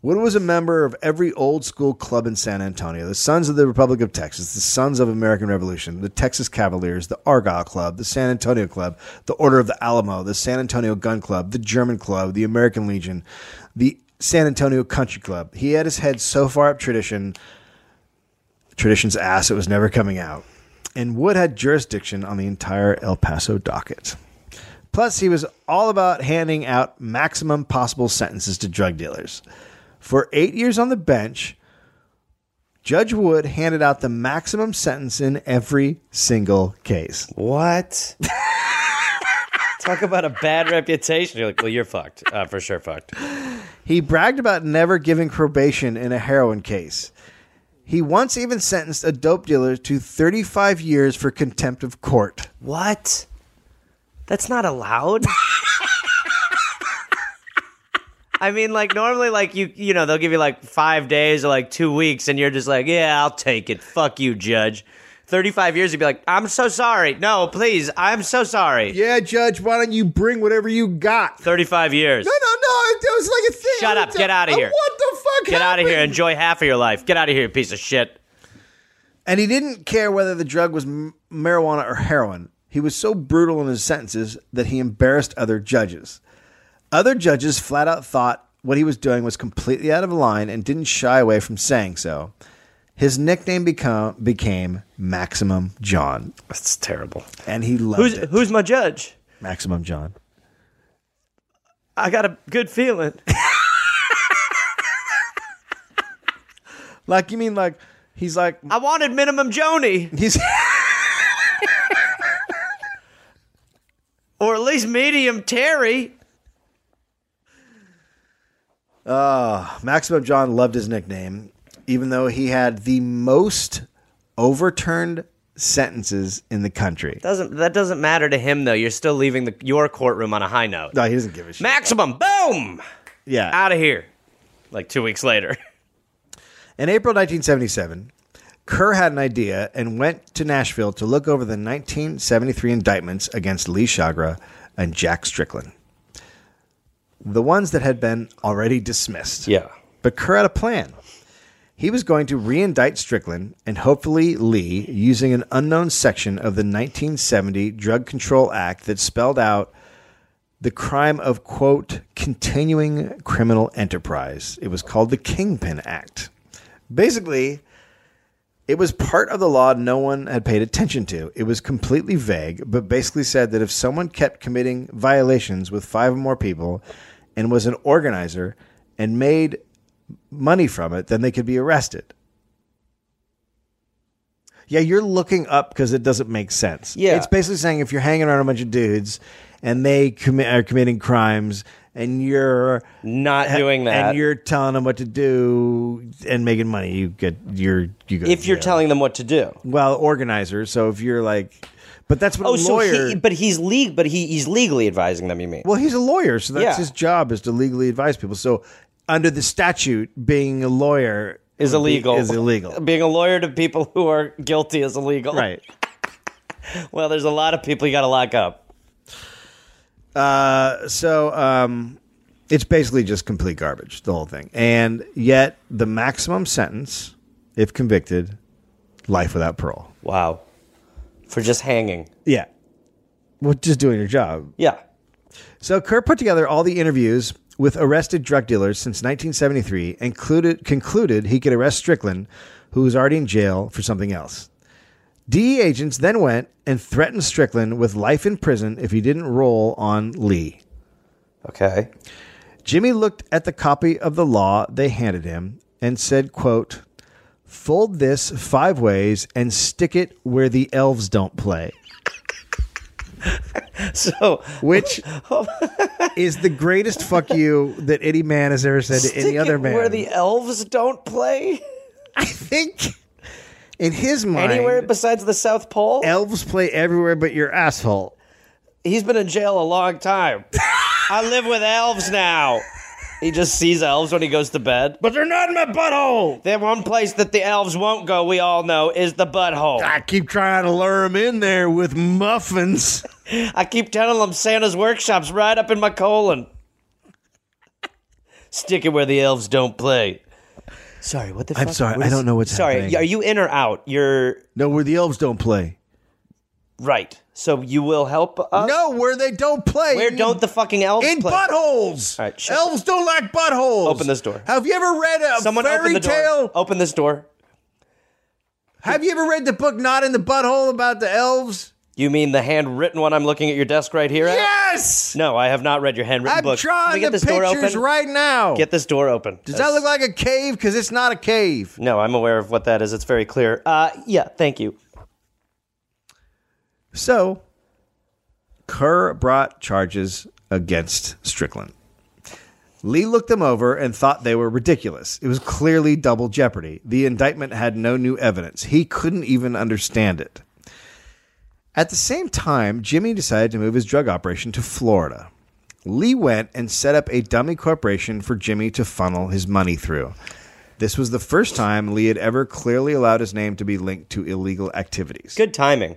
Wood was a member of every old school club in San Antonio the Sons of the Republic of Texas, the Sons of American Revolution, the Texas Cavaliers, the Argyle Club, the San Antonio Club, the Order of the Alamo, the San Antonio Gun Club, the German Club, the American Legion, the San Antonio Country Club. He had his head so far up tradition Tradition's ass, it was never coming out. And Wood had jurisdiction on the entire El Paso docket. Plus, he was all about handing out maximum possible sentences to drug dealers. For eight years on the bench, Judge Wood handed out the maximum sentence in every single case.
What? (laughs) Talk about a bad reputation. You're like, well, you're fucked. Uh, for sure, fucked.
He bragged about never giving probation in a heroin case. He once even sentenced a dope dealer to 35 years for contempt of court.
What? That's not (laughs) allowed. I mean, like normally, like you, you know, they'll give you like five days or like two weeks, and you're just like, yeah, I'll take it. Fuck you, judge. Thirty-five years, you'd be like, I'm so sorry. No, please, I'm so sorry.
Yeah, Judge, why don't you bring whatever you got?
Thirty-five years.
No, no, no. It was like a thing. Uh,
Shut up, get outta here.
What the fuck?
Get out of here.
happened?
Enjoy half of your life. Get out of here, you piece of shit.
And he didn't care whether the drug was m- marijuana or heroin. He was so brutal in his sentences that he embarrassed other judges. Other judges flat out thought what he was doing was completely out of line and didn't shy away from saying so. His nickname become, became Maximum John,
That's terrible.
and he loved
Who's
it.
who's my judge?
Maximum John?
I got a good feeling.
Like you mean like he's like
I wanted minimum Joni,
he's. (laughs)
or at least medium Terry.
Maximum John loved his nickname, even though he had the most overturned sentences in the country.
Doesn't that doesn't matter to him though? You're still leaving the, your courtroom on a high note.
No, he doesn't give a shit.
Maximum, boom,
yeah.
out of here. Like two weeks later. (laughs)
In April 1977, Kerr had an idea and went to Nashville to look over the 1973 indictments against Lee Chagra and Jack Strickland, the ones that had been already dismissed.
Yeah.
But Kerr had a plan. He was going to reindict Strickland and hopefully Lee using an unknown section of the 1970 Drug Control Act that spelled out the crime of, quote, continuing criminal enterprise. It was called the Kingpin Act. Basically, it was part of the law no one had paid attention to. It was completely vague, but basically said that if someone kept committing violations with five or more people and was an organizer and made money from it, then they could be arrested. Yeah, you're looking up because it doesn't make sense.
Yeah.
It's basically saying if you're hanging around a bunch of dudes and they commi- are committing crimes and you're
Not doing that.
and you're telling them what to do and making money, you get you're you go to
if you're
jail.
telling them what to do.
well organizer. So if you're like, but that's what
Oh,
a
so
lawyer.
he, but he's league, but he, he's legally advising them. You mean?
well, he's a lawyer, so that's
Yeah.
his job is to legally advise people. So under the statute, being a lawyer
is
would be-
illegal.
Is illegal.
Being a lawyer to people who are guilty is illegal.
Right.
(laughs) Well, there's a lot of people you got to lock up.
so um, it's basically just complete garbage, the whole thing. And yet, the maximum sentence, if convicted, life without parole.
Wow. For just hanging.
Yeah. Well, just doing your job.
Yeah.
So Kerr put together all the interviews with arrested drug dealers since 1973 and included, concluded he could arrest Strickland, who was already in jail for something else. DE agents then went and threatened Strickland with life in prison if he didn't roll on Lee.
Okay. (laughs)
Jimmy looked at the copy of the law they handed him and said, quote, Fold this five ways and stick it where the elves don't play,
So (laughs)
which is the greatest fuck you that any man has ever said to
stick
any other
it
man.
where the elves don't play
I think in his mind,
anywhere besides the South Pole.
elves play everywhere but your asshole.
He's been in jail a long time. I live with elves now. He just sees elves when he goes to bed.
But they're not in my butthole.
The one place that the elves won't go, we all know, is the butthole.
I keep trying to lure him in there with muffins.
I keep telling them Santa's workshop's right up in my colon. Stick it where the elves don't play. Sorry, what the fuck?
I'm sorry,
What
I don't know what's
sorry,
happening.
are you in or out? You're
No, where the elves don't play.
right. So you will help us?
Uh, No, where they don't play.
Where don't the fucking elves
in
play?
buttholes.
All right, shut
elves don't like buttholes.
Open this door.
Have you ever read a
Someone open
fairy
the door. Oh.
tale?
Open this door.
Have you ever read the book Not in the Butthole about the elves?
You mean the handwritten one I'm looking at your desk right here? at?
Yes.
No, I have not read your handwritten
I'm
book. Let me
drawing
get
the
this door
pictures
open.
right now.
Get this door open.
Does that look like a cave? Because it's not a cave.
No, I'm aware of what that is. It's very clear. Uh, yeah, thank you.
So, Kerr brought charges against Strickland. Lee looked them over and thought they were ridiculous. It was clearly double jeopardy. The indictment had no new evidence. He couldn't even understand it. At the same time, Jimmy decided to move his drug operation to Florida. Lee went and set up a dummy corporation for Jimmy to funnel his money through. This was the first time Lee had ever clearly allowed his name to be linked to illegal activities.
Good
(laughs)
timing.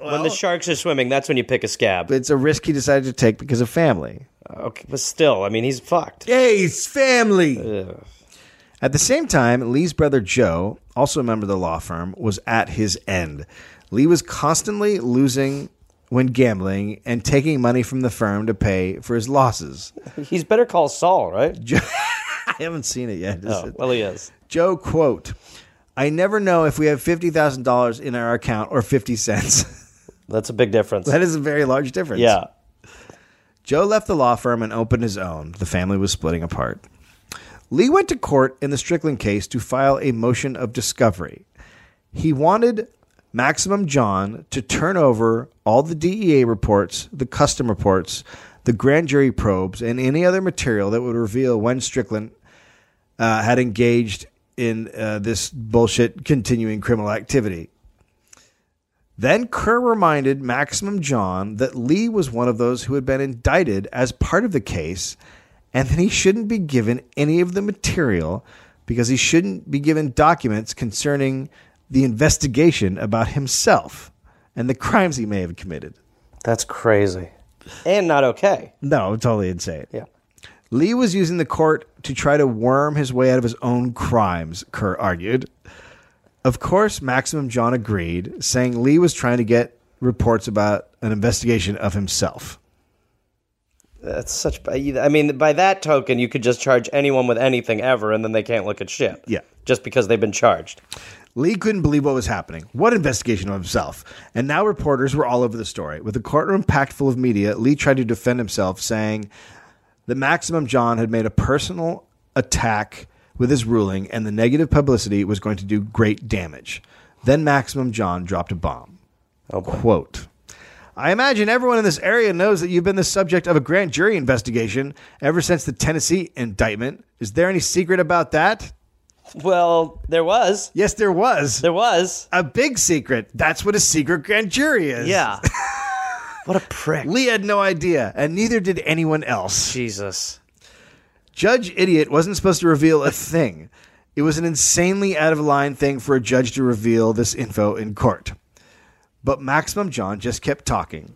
when the sharks are swimming, that's when you pick a scab.
it's a risk he decided to take because of family.
Okay, but still, I mean, he's fucked.
Hey, it's family. At the same time, Lee's brother Joe, also a member of the law firm, was at his end. Lee was constantly losing when gambling and taking money from the firm to pay for his losses.
He's better call Saul, right?
I haven't seen it yet.
Oh, well, he is.
Joe quote, "I never know if we have fifty thousand dollars in our account or fifty cents. (laughs)
That's a big difference.
that is a very large difference."
yeah.
Joe left the law firm and opened his own. The family was splitting apart. Lee went to court in the Strickland case to file a motion of discovery. He wanted Maximum John to turn over all the DEA reports, the custom reports, the grand jury probes, and any other material that would reveal when Strickland uh, had engaged in uh, this bullshit continuing criminal activity. Then Kerr reminded Maximum John that Lee was one of those who had been indicted as part of the case and that he shouldn't be given any of the material because he shouldn't be given documents concerning the investigation about himself and the crimes he may have committed.
That's crazy. And not okay.
No, totally insane.
Yeah.
Lee was using the court to try to worm his way out of his own crimes, Kerr argued. Of course, Maximum John agreed, saying Lee was trying to get reports about an investigation of himself.
That's such. I mean, by that token, you could just charge anyone with anything ever, and then they can't look at shit.
Yeah.
Just because they've been charged.
Lee couldn't believe what was happening. What investigation of himself? And now reporters were all over the story. With the courtroom packed full of media, Lee tried to defend himself, saying that Maximum John had made a personal attack with his ruling, and the negative publicity was going to do great damage. Then Maximum John dropped a bomb.
Oh boy.
Quote I imagine everyone in this area knows that you've been the subject of a grand jury investigation ever since the Tennessee indictment. Is there any secret about that?
Well, there was.
Yes, there was.
There was.
A big secret. That's what a secret grand jury is.
(laughs)
Yeah. what a prick.
Lee had no idea, and neither did anyone else.
Jesus.
Judge Idiot wasn't supposed to reveal a thing. It was an insanely out of line thing for a judge to reveal this info in court. But Maximum John just kept talking,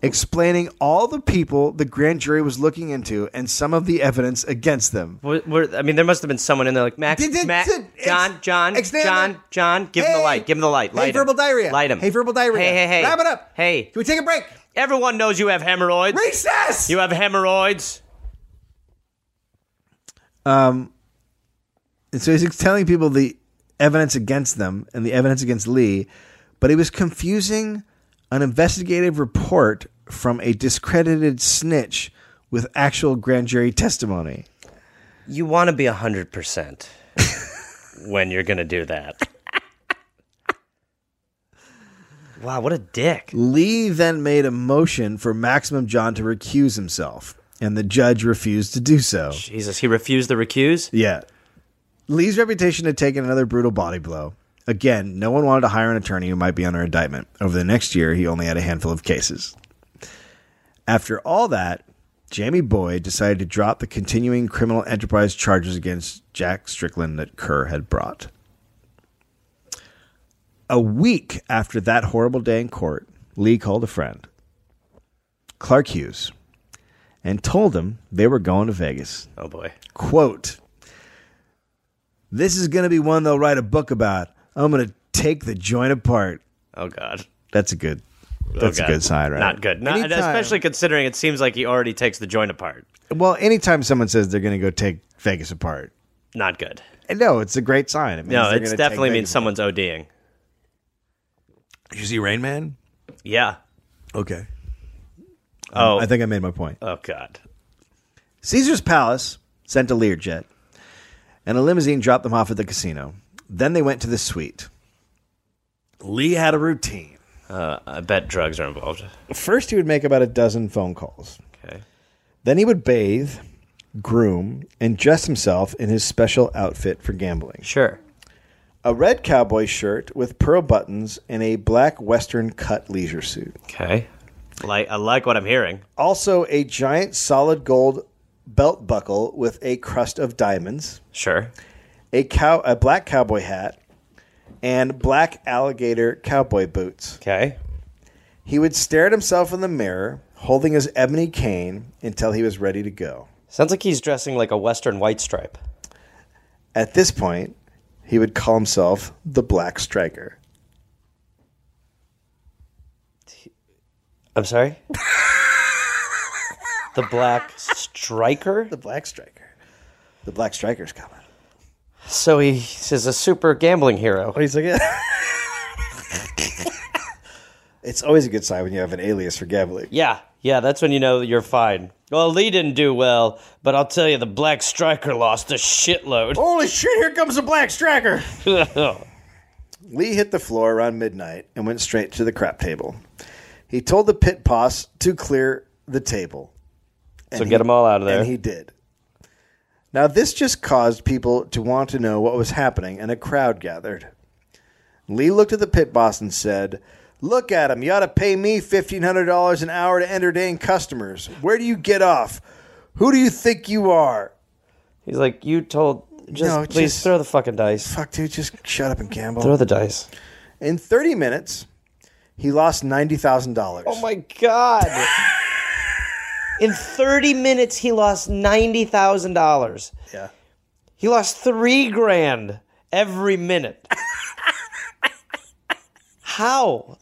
explaining all the people the grand jury was looking into and some of the evidence against them.
Were- were- I mean, there must have been someone in there like Max,
Did- did-
Max,
did- ex-
John, John,
examine-
John, John. Give him the
Hey!
light. Give him the light.
Hey,
light him.
verbal diarrhea.
Light him.
Hey, verbal diarrhea.
Hey, hey, hey.
Wrap it up.
Hey.
Can we take a break?
Everyone knows you have hemorrhoids.
Recess!
You have hemorrhoids.
And so he's telling people the evidence against them and the evidence against Lee, but he was confusing an investigative report from a discredited snitch with actual grand jury testimony.
You want to be hundred percent (laughs) when you're gonna do that. wow, what a dick.
Lee then made a motion for Maximum John to recuse himself, and the judge refused to do so.
Jesus, he refused the recuse.
Yeah. Lee's reputation had taken another brutal body blow. Again, no one wanted to hire an attorney who might be under indictment. Over the next year, he only had a handful of cases. After all that, Jamie Boyd decided to drop the continuing criminal enterprise charges against Jack Strickland that Kerr had brought. A week after that horrible day in court, Lee called a friend, Clark Hughes, and told him they were going to Vegas
Oh boy.
quote this is going to be one they'll write a book about i'm going to take the joint apart
Oh god.
that's a good that's a
God.
good sign right
Not good. Not,
Anytime-
especially considering it seems like he already takes the joint apart.
well anytime someone says they're going to go take vegas apart
Not good.
and no it's a great sign it means
No,
they're
it
gonna
definitely
take
means
Vegas apart.
someone's ODing.
Did you see rain man
Yeah.
okay
Oh.
Um, i think i made my point
oh god.
Caesar's Palace sent a Learjet, and a limousine dropped them off at the casino. Then they went to the suite. Lee had a routine.
Uh, I bet drugs are involved.
First, he would make about a dozen phone calls.
Okay.
Then he would bathe, groom, and dress himself in his special outfit for gambling
Sure.
a red cowboy shirt with pearl buttons and a black Western cut leisure suit.
Okay. Like I like what I'm hearing.
Also, a giant solid gold belt buckle with a crust of diamonds,
Sure.
a, cow- a black cowboy hat, and black alligator cowboy boots.
Okay.
He would stare at himself in the mirror, holding his ebony cane until he was ready to go.
Sounds like he's dressing like a Western white stripe.
At this point, he would call himself the Black Striker.
I'm
(laughs)
sorry? the Black Striker?
The Black Striker. The Black Striker's coming.
So he is a super gambling hero.
He's (laughs) like, "Yeah." it's always a good sign when you have an alias for gambling.
Yeah, yeah, that's when you know that you're fine. Well, Lee didn't do well, but I'll tell you, the Black Striker lost a shitload.
Oh.
Holy shit, here comes the Black Striker! (laughs) Lee hit the floor around midnight and went straight to the crap table. He told the pit boss to clear the table.
so get them all out of there.
And he did.
Now, this just caused people to want to know what was happening, and a crowd gathered. Lee looked at the pit boss and said, Look at him. You ought to pay me $1,500 an hour to entertain customers. Where do you get off? Who do you think you are?
He's like, you told. Just
No,
please
just-
throw the fucking dice.
Fuck, dude, just shut up and gamble.
Throw the dice.
In 30 minutes, he lost $90,000.
Oh my god. (laughs) In 30 minutes, he lost $90,000.
Yeah.
He lost three grand every minute.
(laughs)
How?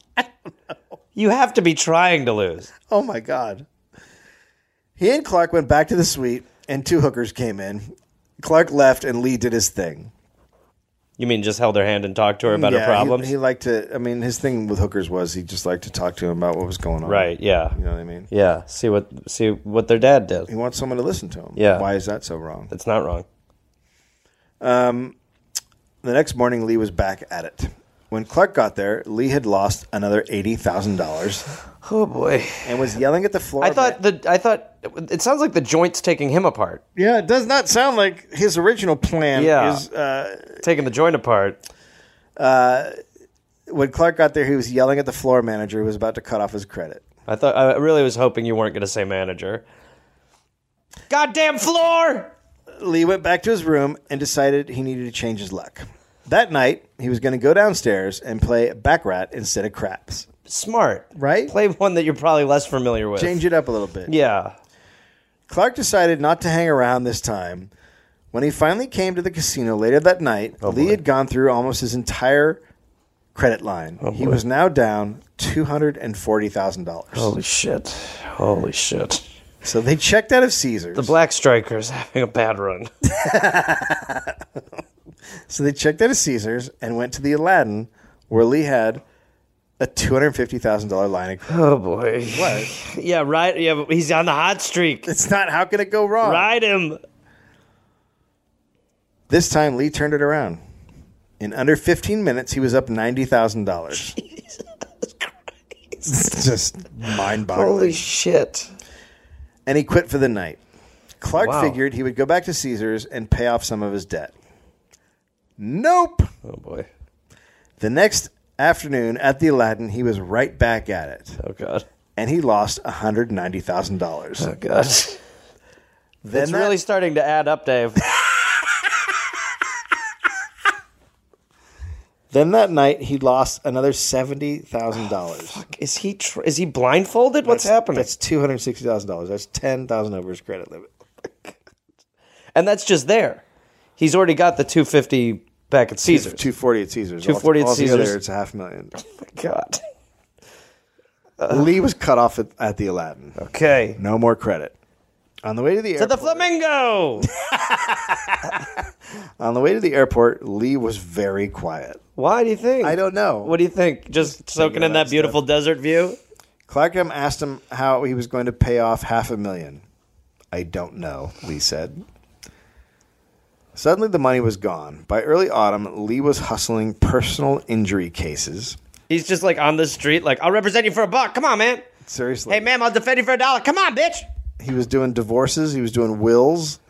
You have to be trying to lose.
Oh my God. He and Clark went back to the suite, and two hookers came in. Clark left, and Lee did his thing.
You mean just held her hand and talked to her about
Yeah,
her
he-
problems?
He, liked to. I mean, his thing with hookers was he just liked to talk to him about what was going on.
right, yeah.
You know what I mean?
Yeah, see what see what their dad did.
He wants someone to listen to him.
Yeah.
Why is that so wrong?
That's not wrong.
The next morning, Lee was back at it. When Clark got there, Lee had lost another eighty thousand dollars
Oh boy.
and was yelling at the floor.
I thought the I thought it sounds like the joint's taking him apart.
yeah, it does not sound like his original plan.
Yeah.
is uh,
Taking the joint apart.
when Clark got there, he was yelling at the floor manager who was about to cut off his credit.
I thought I really was hoping you weren't going to say manager. Goddamn floor!
Lee went back to his room and decided he needed to change his luck. That night, he was going to go downstairs and play baccarat instead of craps.
Smart,
Right?
Play one that you're probably less familiar with.
Change it up a little bit.
Yeah,
Clark decided not to hang around this time. When he finally came to the casino later that night,
Oh,
Lee had gone through almost his entire credit line.
Oh,
he was now down $240,000.
Holy shit. Holy shit.
So they checked out of Caesars.
The Black Striker's having a bad run.
so they checked out of Caesars and went to the Aladdin where Lee had a $250,000 line
(gasps)
of credit.
Oh boy. What? Yeah, right. Yeah, but he's on the hot streak.
It's not how can it go wrong?
Ride him.
This time Lee turned it around. In under 15 minutes, he was up $90,000. It's Just mind boggling.
shit.
and he quit for the night. Clark
Wow.
figured he would go back to Caesars and pay off some of his debt. Nope.
Oh boy.
The next afternoon at the Aladdin, he was right back at it
Oh god.
and he lost $190,000.
Oh god.
Then
It's
that-
really starting to add up, Dave.
then that night, he lost another $70,000.
(laughs) Is he tr- is he blindfolded? Oh, What's happening?
That's two hundred sixty thousand dollars. That's ten thousand over his credit limit.
and that's just there. He's already got the 250 back at Caesars.
Two forty at Caesars.
240 at
Altogether,
Caesars.
It's a half million.
God.
Lee was cut off at, at the Aladdin.
(laughs) Okay.
No more credit. On the way to the
To the
airport,
flamingo.
on the way to the airport, Lee was very quiet.
(laughs) Why do you think?
I don't know.
What do you think? Just soaking in
about
that beautiful desert view?
Clarkham asked him how he was going to pay off half a million. I don't know, Lee said. Suddenly, the money was gone. By early autumn, Lee was hustling personal injury cases.
He's just like on the street, like, I'll represent you for a buck. Come on, man.
Seriously,
Hey, ma'am, I'll defend you for a dollar. Come on, bitch.
he was doing divorces. He was doing wills.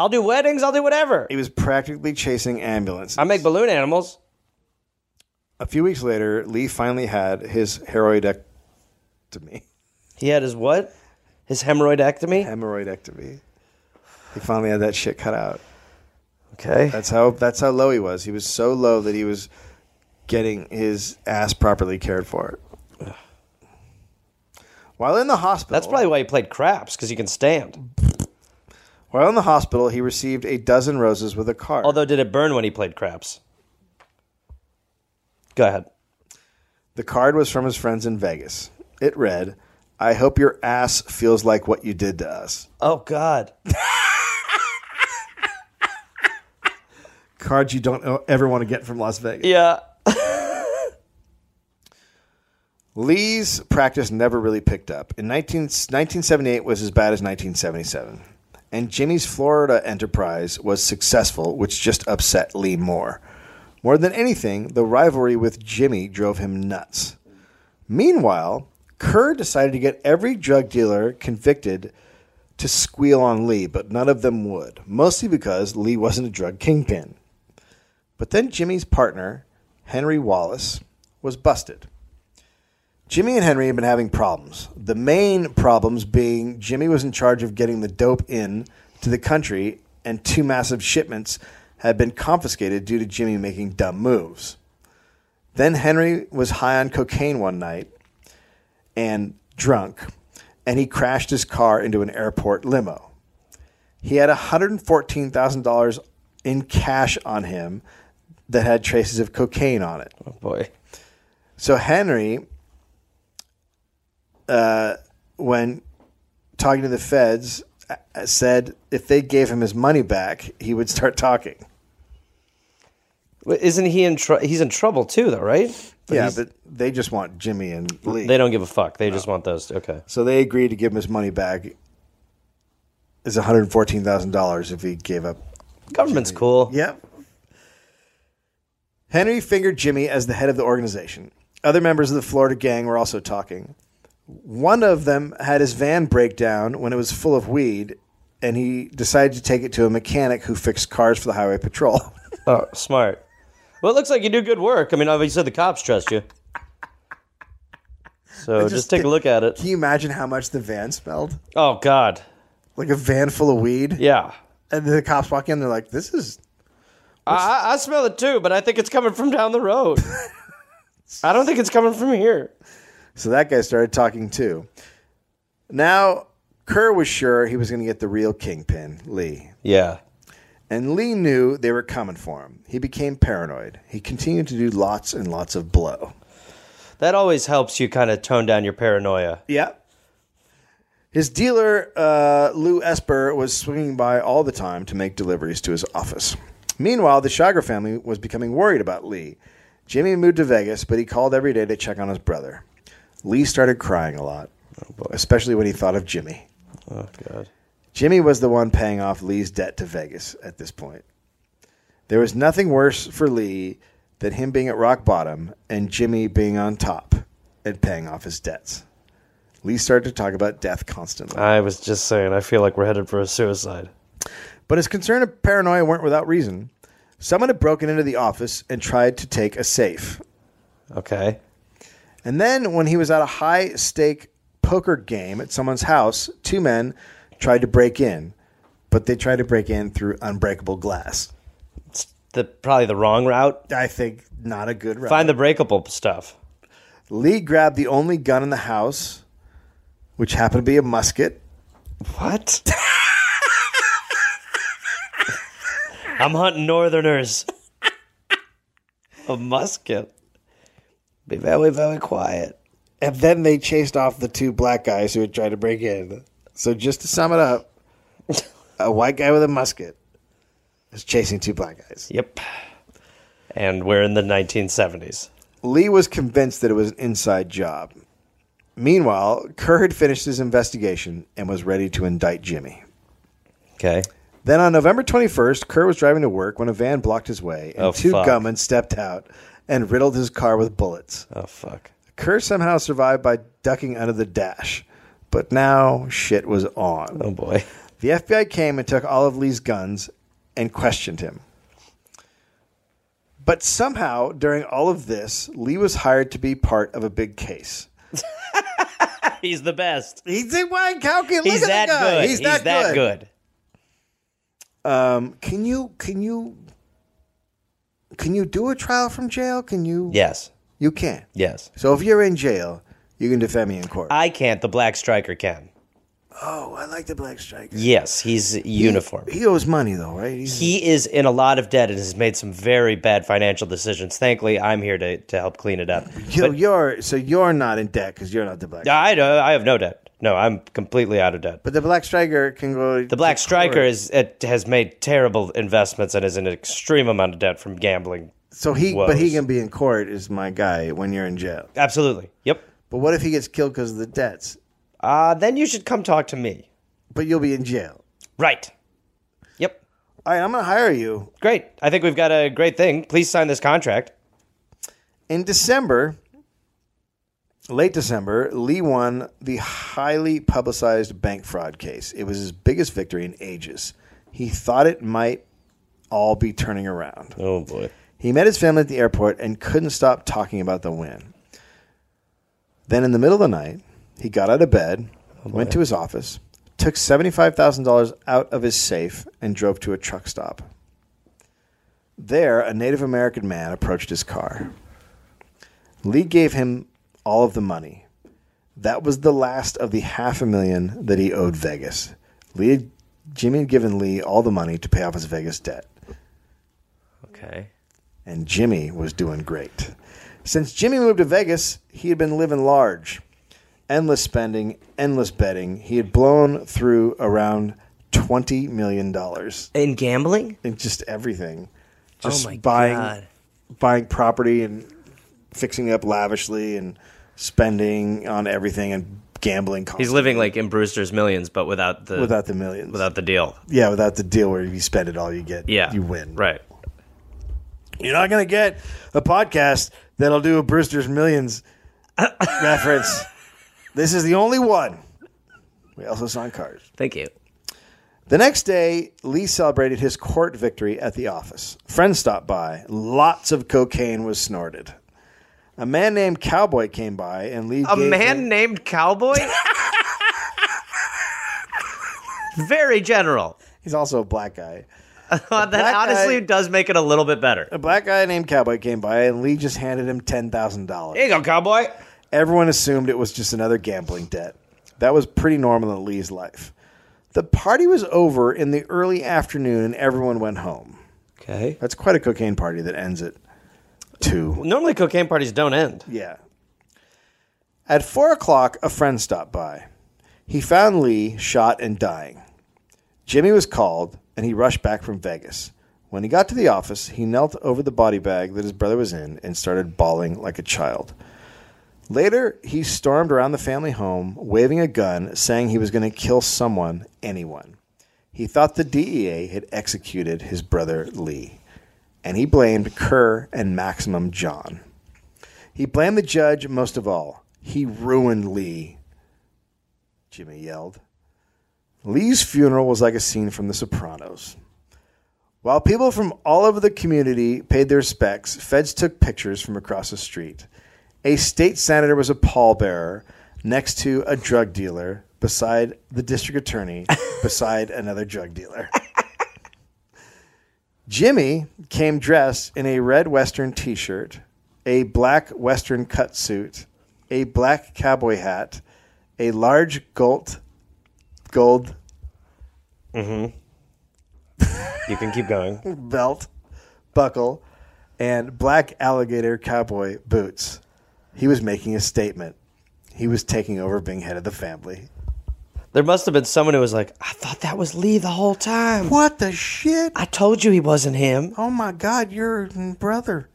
I'll do weddings. I'll do whatever.
He was practically chasing ambulances.
I make balloon animals.
a few weeks later, Lee finally had his heroidectomy. (laughs)
He had his what? His hemorrhoidectomy?
Hemorrhoidectomy. He finally had that shit cut out.
Okay.
That's how that's how low he was. He was so low that he was getting his ass properly cared for. While in the hospital,
That's probably why he played craps, because he can stand.
while in the hospital, he received a dozen roses with a card.
Although, did it burn when he played craps? Go ahead.
the card was from his friends in Vegas. It read, "I hope your ass feels like what you did to us."
Oh, God.
Cards you don't ever want to get from Las
(laughs)
Vegas.
Yeah.
Lee's practice never really picked up. In 19, 1978 was as bad as 1977. And Jimmy's Florida enterprise was successful, which just upset Lee more. More than anything, the rivalry with Jimmy drove him nuts. Meanwhile, Kerr decided to get every drug dealer convicted to squeal on Lee, but none of them would, mostly because Lee wasn't a drug kingpin. But then Jimmy's partner, Henry Wallace, was busted. Jimmy and Henry had been having problems. The main problems being Jimmy was in charge of getting the dope in to the country, and two massive shipments had been confiscated due to Jimmy making dumb moves. Then Henry was high on cocaine one night and drunk, and he crashed his car into an airport limo. He had $114,000 in cash on him that had traces of cocaine on it.
Oh, Boy.
So Henry, uh, when talking to the feds, uh, uh, said if they gave him his money back, he would start talking.
Well, Isn't he in trouble? He's in trouble too, though, right?
yeah,
he's-
but they just want Jimmy and Lee.
They don't give a fuck. They just want those. Okay.
so they agreed to give him his money back. Is one hundred fourteen thousand dollars if he gave up
Government's cool.
Yep. Henry fingered Jimmy as the head of the organization. Other members of the Florida gang were also talking. One of them had his van break down when it was full of weed, and he decided to take it to a mechanic who fixed cars for the highway patrol. (laughs)
Oh, smart. Well, it looks like you do good work. I mean, obviously the cops trust you. So just, take a look at it.
Can you imagine how much the van smelled?
Oh God.
Like a van full of weed.
Yeah.
And then the cops walk in, they're like, "This is
I, I- I smell it too, but I think it's coming from down the
(laughs)
road. I don't think it's coming from here.
So that guy started talking too. Now, Kerr was sure he was going to get the real kingpin, Lee.
Yeah.
And Lee knew they were coming for him. He became paranoid. He continued to do lots and lots of blow.
That always helps you kind of tone down your paranoia.
Yeah. His dealer, uh, Lou Esper, was swinging by all the time to make deliveries to his office. Meanwhile, the Chagra family was becoming worried about Lee. Jimmy moved to Vegas, but he called every day to check on his brother. Lee started crying a lot, especially when he thought of Jimmy.
Oh God.
Jimmy was the one paying off Lee's debt to Vegas at this point. There was nothing worse for Lee than him being at rock bottom and Jimmy being on top and paying off his debts. Lee started to talk about death constantly.
I was just saying, I feel like we're headed for a suicide.
But his concern and paranoia weren't without reason. Someone had broken into the office and tried to take a safe.
Okay.
And then, when he was at a high stake poker game at someone's house, two men tried to break in, but they tried to break in through unbreakable glass.
The probably the wrong route.
I think not a good route.
Find the breakable stuff.
Lee grabbed the only gun in the house, which happened to be a musket.
What? (laughs) I'm hunting northerners. A musket. Be very, very quiet.
And then they chased off the two black guys who had tried to break in. So just to sum it up, a white guy with a musket is chasing two black guys.
Yep. And we're in the 1970s.
Lee was convinced that it was an inside job. Meanwhile, Kerr had finished his investigation and was ready to indict Jimmy.
Okay.
Then on November 21st, Kerr was driving to work when a van blocked his way and
Oh,
two
fuck.
gunmen stepped out and riddled his car with bullets.
Oh, fuck.
Kerr somehow survived by ducking under the dash. But now shit was on.
Oh, boy.
The FBI came and took all of Lee's guns and questioned him. But somehow, during all of this, Lee was hired to be part of a big case.
(laughs) He's the best.
He's in Wayne County. Look
He's
at
that
the guy.
good.
He's, that, good.
good.
Um, can you can you can you do a trial from jail? Can you?
Yes.
You can.
Yes.
So if you're in jail, you can defend me in court.
I can't. The Black Striker can.
oh, I like the black strike.
Yes. He's uniform.
He owes money though, right? He's-
He is in a lot of debt and has made some very bad financial decisions. Thankfully, I'm here to, to help clean it up.
So you're so you're not in debt because you're not the black.
I don't, I have no debt. No, I'm completely out of debt.
But the black striker can go.
The Black Striker is it has made terrible investments and is in an extreme amount of debt from gambling.
So he, but he
woes.
can be in court. Is my guy when you're in jail.
Absolutely. Yep.
But what if he gets killed because of the debts?
Uh, then you should come talk to me.
But you'll be in jail.
Right. Yep.
All right, I'm gonna hire you.
Great. I think we've got a great thing. Please sign this contract.
In December, late December, Lee won the highly publicized bank fraud case. It was his biggest victory in ages. He thought it might all be turning around.
Oh boy.
He met his family at the airport and couldn't stop talking about the win. Then, in the middle of the night, he got out of bed, went to his office, took $75,000 out of his safe, and drove to a truck stop. There, a Native American man approached his car. Lee gave him all of the money. That was the last of the half a million that he owed Vegas. Lee, had- Jimmy had given Lee all the money to pay off his Vegas debt
Okay.
and Jimmy was doing great. Since Jimmy moved to Vegas, he had been living large. Endless spending, endless betting. He had blown through around $20 million
In gambling?
in just everything. Just
Oh my
buying,
God.
buying property and fixing up lavishly and spending on everything and gambling. Constantly
He's living like in Brewster's Millions, but without the
without the millions.
without the deal.
yeah, without the deal where if you spend it all, you get
Yeah.
you win.
Right.
You're not going to get a podcast that'll do a
(laughs)
Brewster's Millions reference. This is the only one. We also signed cards.
Thank you.
The next day, Lee celebrated his court victory at the office. Friends stopped by. Lots of cocaine was snorted. A man named Cowboy came by, and Lee.
A man named
(laughs)
Cowboy? Very general.
he's also a black guy.
Uh,
Well, that
Black
honestly
guy-
does make it a little bit better.
A black guy named Cowboy came by, and Lee just handed him ten thousand dollars.
Here you go, cowboy.
Everyone assumed it was just another gambling debt. That was pretty normal in Lee's life. The party was over in the early afternoon and everyone went home.
Okay.
That's quite a cocaine party that ends at two.
Normally cocaine parties don't end.
Yeah. At four o'clock, a friend stopped by. He found Lee shot and dying. Jimmy was called and he rushed back from Vegas. When he got to the office, he knelt over the body bag that his brother was in and started bawling like a child. Later, he stormed around the family home, waving a gun, saying he was going to kill someone, anyone. He thought the DEA had executed his brother Lee, and he blamed Kerr and Maximum John. He blamed the judge most of all. He ruined Lee, Jimmy yelled. Lee's funeral was like a scene from The Sopranos. While people from all over the community paid their respects, feds took pictures from across the street. A state senator was a pallbearer next to a drug dealer, beside the district attorney, beside another drug dealer. Jimmy came dressed in a red Western t shirt, a black Western cut suit, a black cowboy hat, a large gold, gold
You can keep going.
belt, buckle, and black alligator cowboy boots. He was making a statement. He was taking over being head of the family.
There must have been someone who was like, I thought that was Lee the whole time.
What the shit?
I told you he wasn't him.
Oh my God, your brother.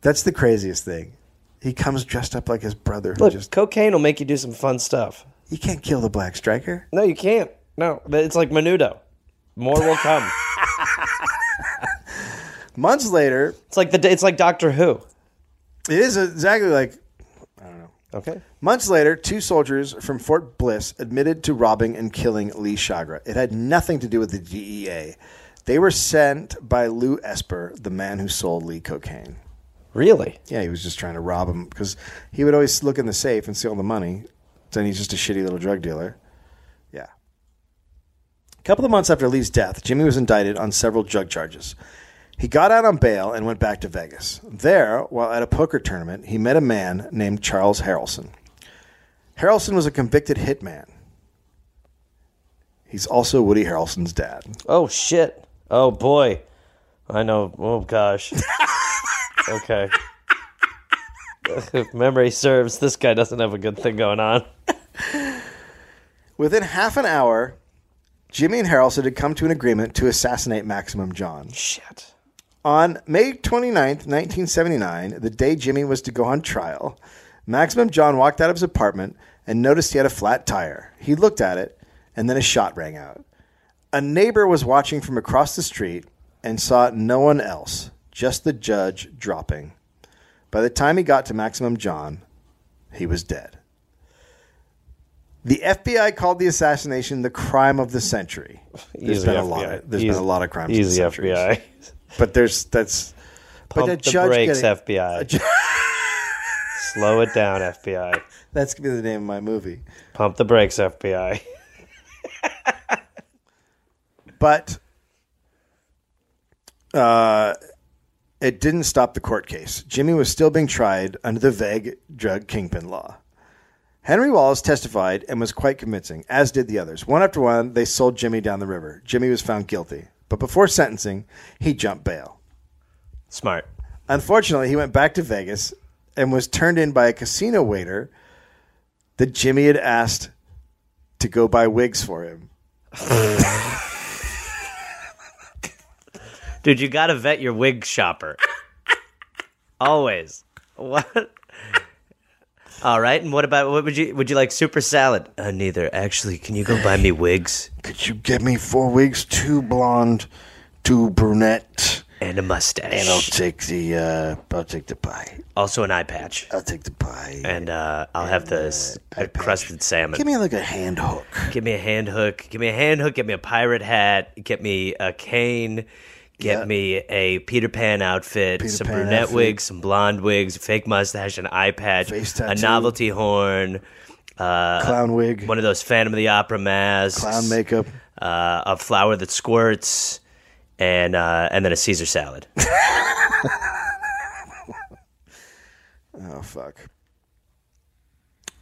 That's the craziest thing. He comes dressed up like his brother. Who
Look,
just
cocaine will make you do some fun stuff.
you can't kill the black striker.
No, you can't. No, but it's like Menudo. More will (laughs) come.
Months later,
it's like the it's like Doctor Who.
it is exactly like
Okay.
Months later, two soldiers from Fort Bliss admitted to robbing and killing Lee Chagra. It had nothing to do with the DEA. They were sent by Lou Esper, the man who sold Lee cocaine.
Really?
Yeah, he was just trying to rob him because he would always look in the safe and see all the money. Then he's just a shitty little drug dealer. Yeah. A couple of months after Lee's death, Jimmy was indicted on several drug charges. He got out on bail and went back to Vegas. There, while at a poker tournament, he met a man named Charles Harrelson. Harrelson was a convicted hitman. He's also Woody Harrelson's dad.
Oh shit. Oh boy. I know. Oh
(laughs)
gosh. okay. (laughs) if memory serves, this guy doesn't have a good thing going on.
Within half an hour, Jimmy and Harrelson had come to an agreement to assassinate Maximum John.
Shit.
On May 29th, 1979, the day Jimmy was to go on trial, Maximum John walked out of his apartment and noticed he had a flat tire. He looked at it, and then a shot rang out. A neighbor was watching from across the street and saw no one else, just the judge dropping. By the time he got to Maximum John, He was dead. The FBI called the assassination the crime of
(laughs)
the century. There's
Easy
been a
FBI.
lot. Of, there's
Easy-
been a lot of crimes. of the
Easy
centuries.
FBI.
But there's that's. but
Pump the
a judge
brakes,
getting-
FBI.
ju-
Slow it down, FBI.
That's gonna be the name of my movie.
Pump the brakes, FBI.
But uh, it didn't stop the court case. Jimmy was still being tried under the vague drug kingpin law. Henry Wallace testified and was quite convincing, as did the others. One after one, they sold Jimmy down the river. Jimmy was found guilty, but before sentencing, he jumped bail.
Smart.
Unfortunately, he went back to Vegas and was turned in by a casino waiter that Jimmy had asked to go buy wigs for him.
Dude, you gotta vet your wig shopper. Always. What? All right, and what about what would you would you like super salad? Uh, neither. Actually, can you go buy me wigs
Could you get me four wigs, two blonde, two brunette?
and a mustache?
And I'll take the uh, I'll take the pie.
also an eye patch.
I'll take the pie.
And uh, I'll have this
Uh, eye
a
patch.
crusted salmon.
Give me like a hand hook.
Give me a hand hook. Give me a hand hook. Get me a pirate hat. Get me a cane. Get
Yeah.
me a Peter Pan outfit,
Peter
some
Pan
brunette
outfit.
wigs, some blonde wigs, a fake mustache, an eye patch,
Face
a
tattoo.
novelty horn,
Clown wig,
one of those Phantom of the Opera masks,
clown makeup.
uh, a flower that squirts, and uh, and then a Caesar salad.
(laughs) Oh fuck.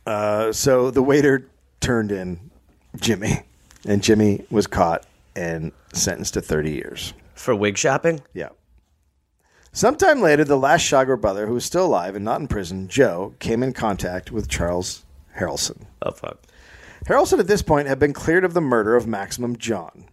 Uh, so the waiter turned in Jimmy, and Jimmy was caught and sentenced to thirty years.
For wig shopping?
Yeah. Sometime later, the last Chagra brother, who was still alive and not in prison, Joe, came in contact with Charles Harrelson.
Oh, fuck.
Harrelson at this point had been cleared of the murder of Maximum John.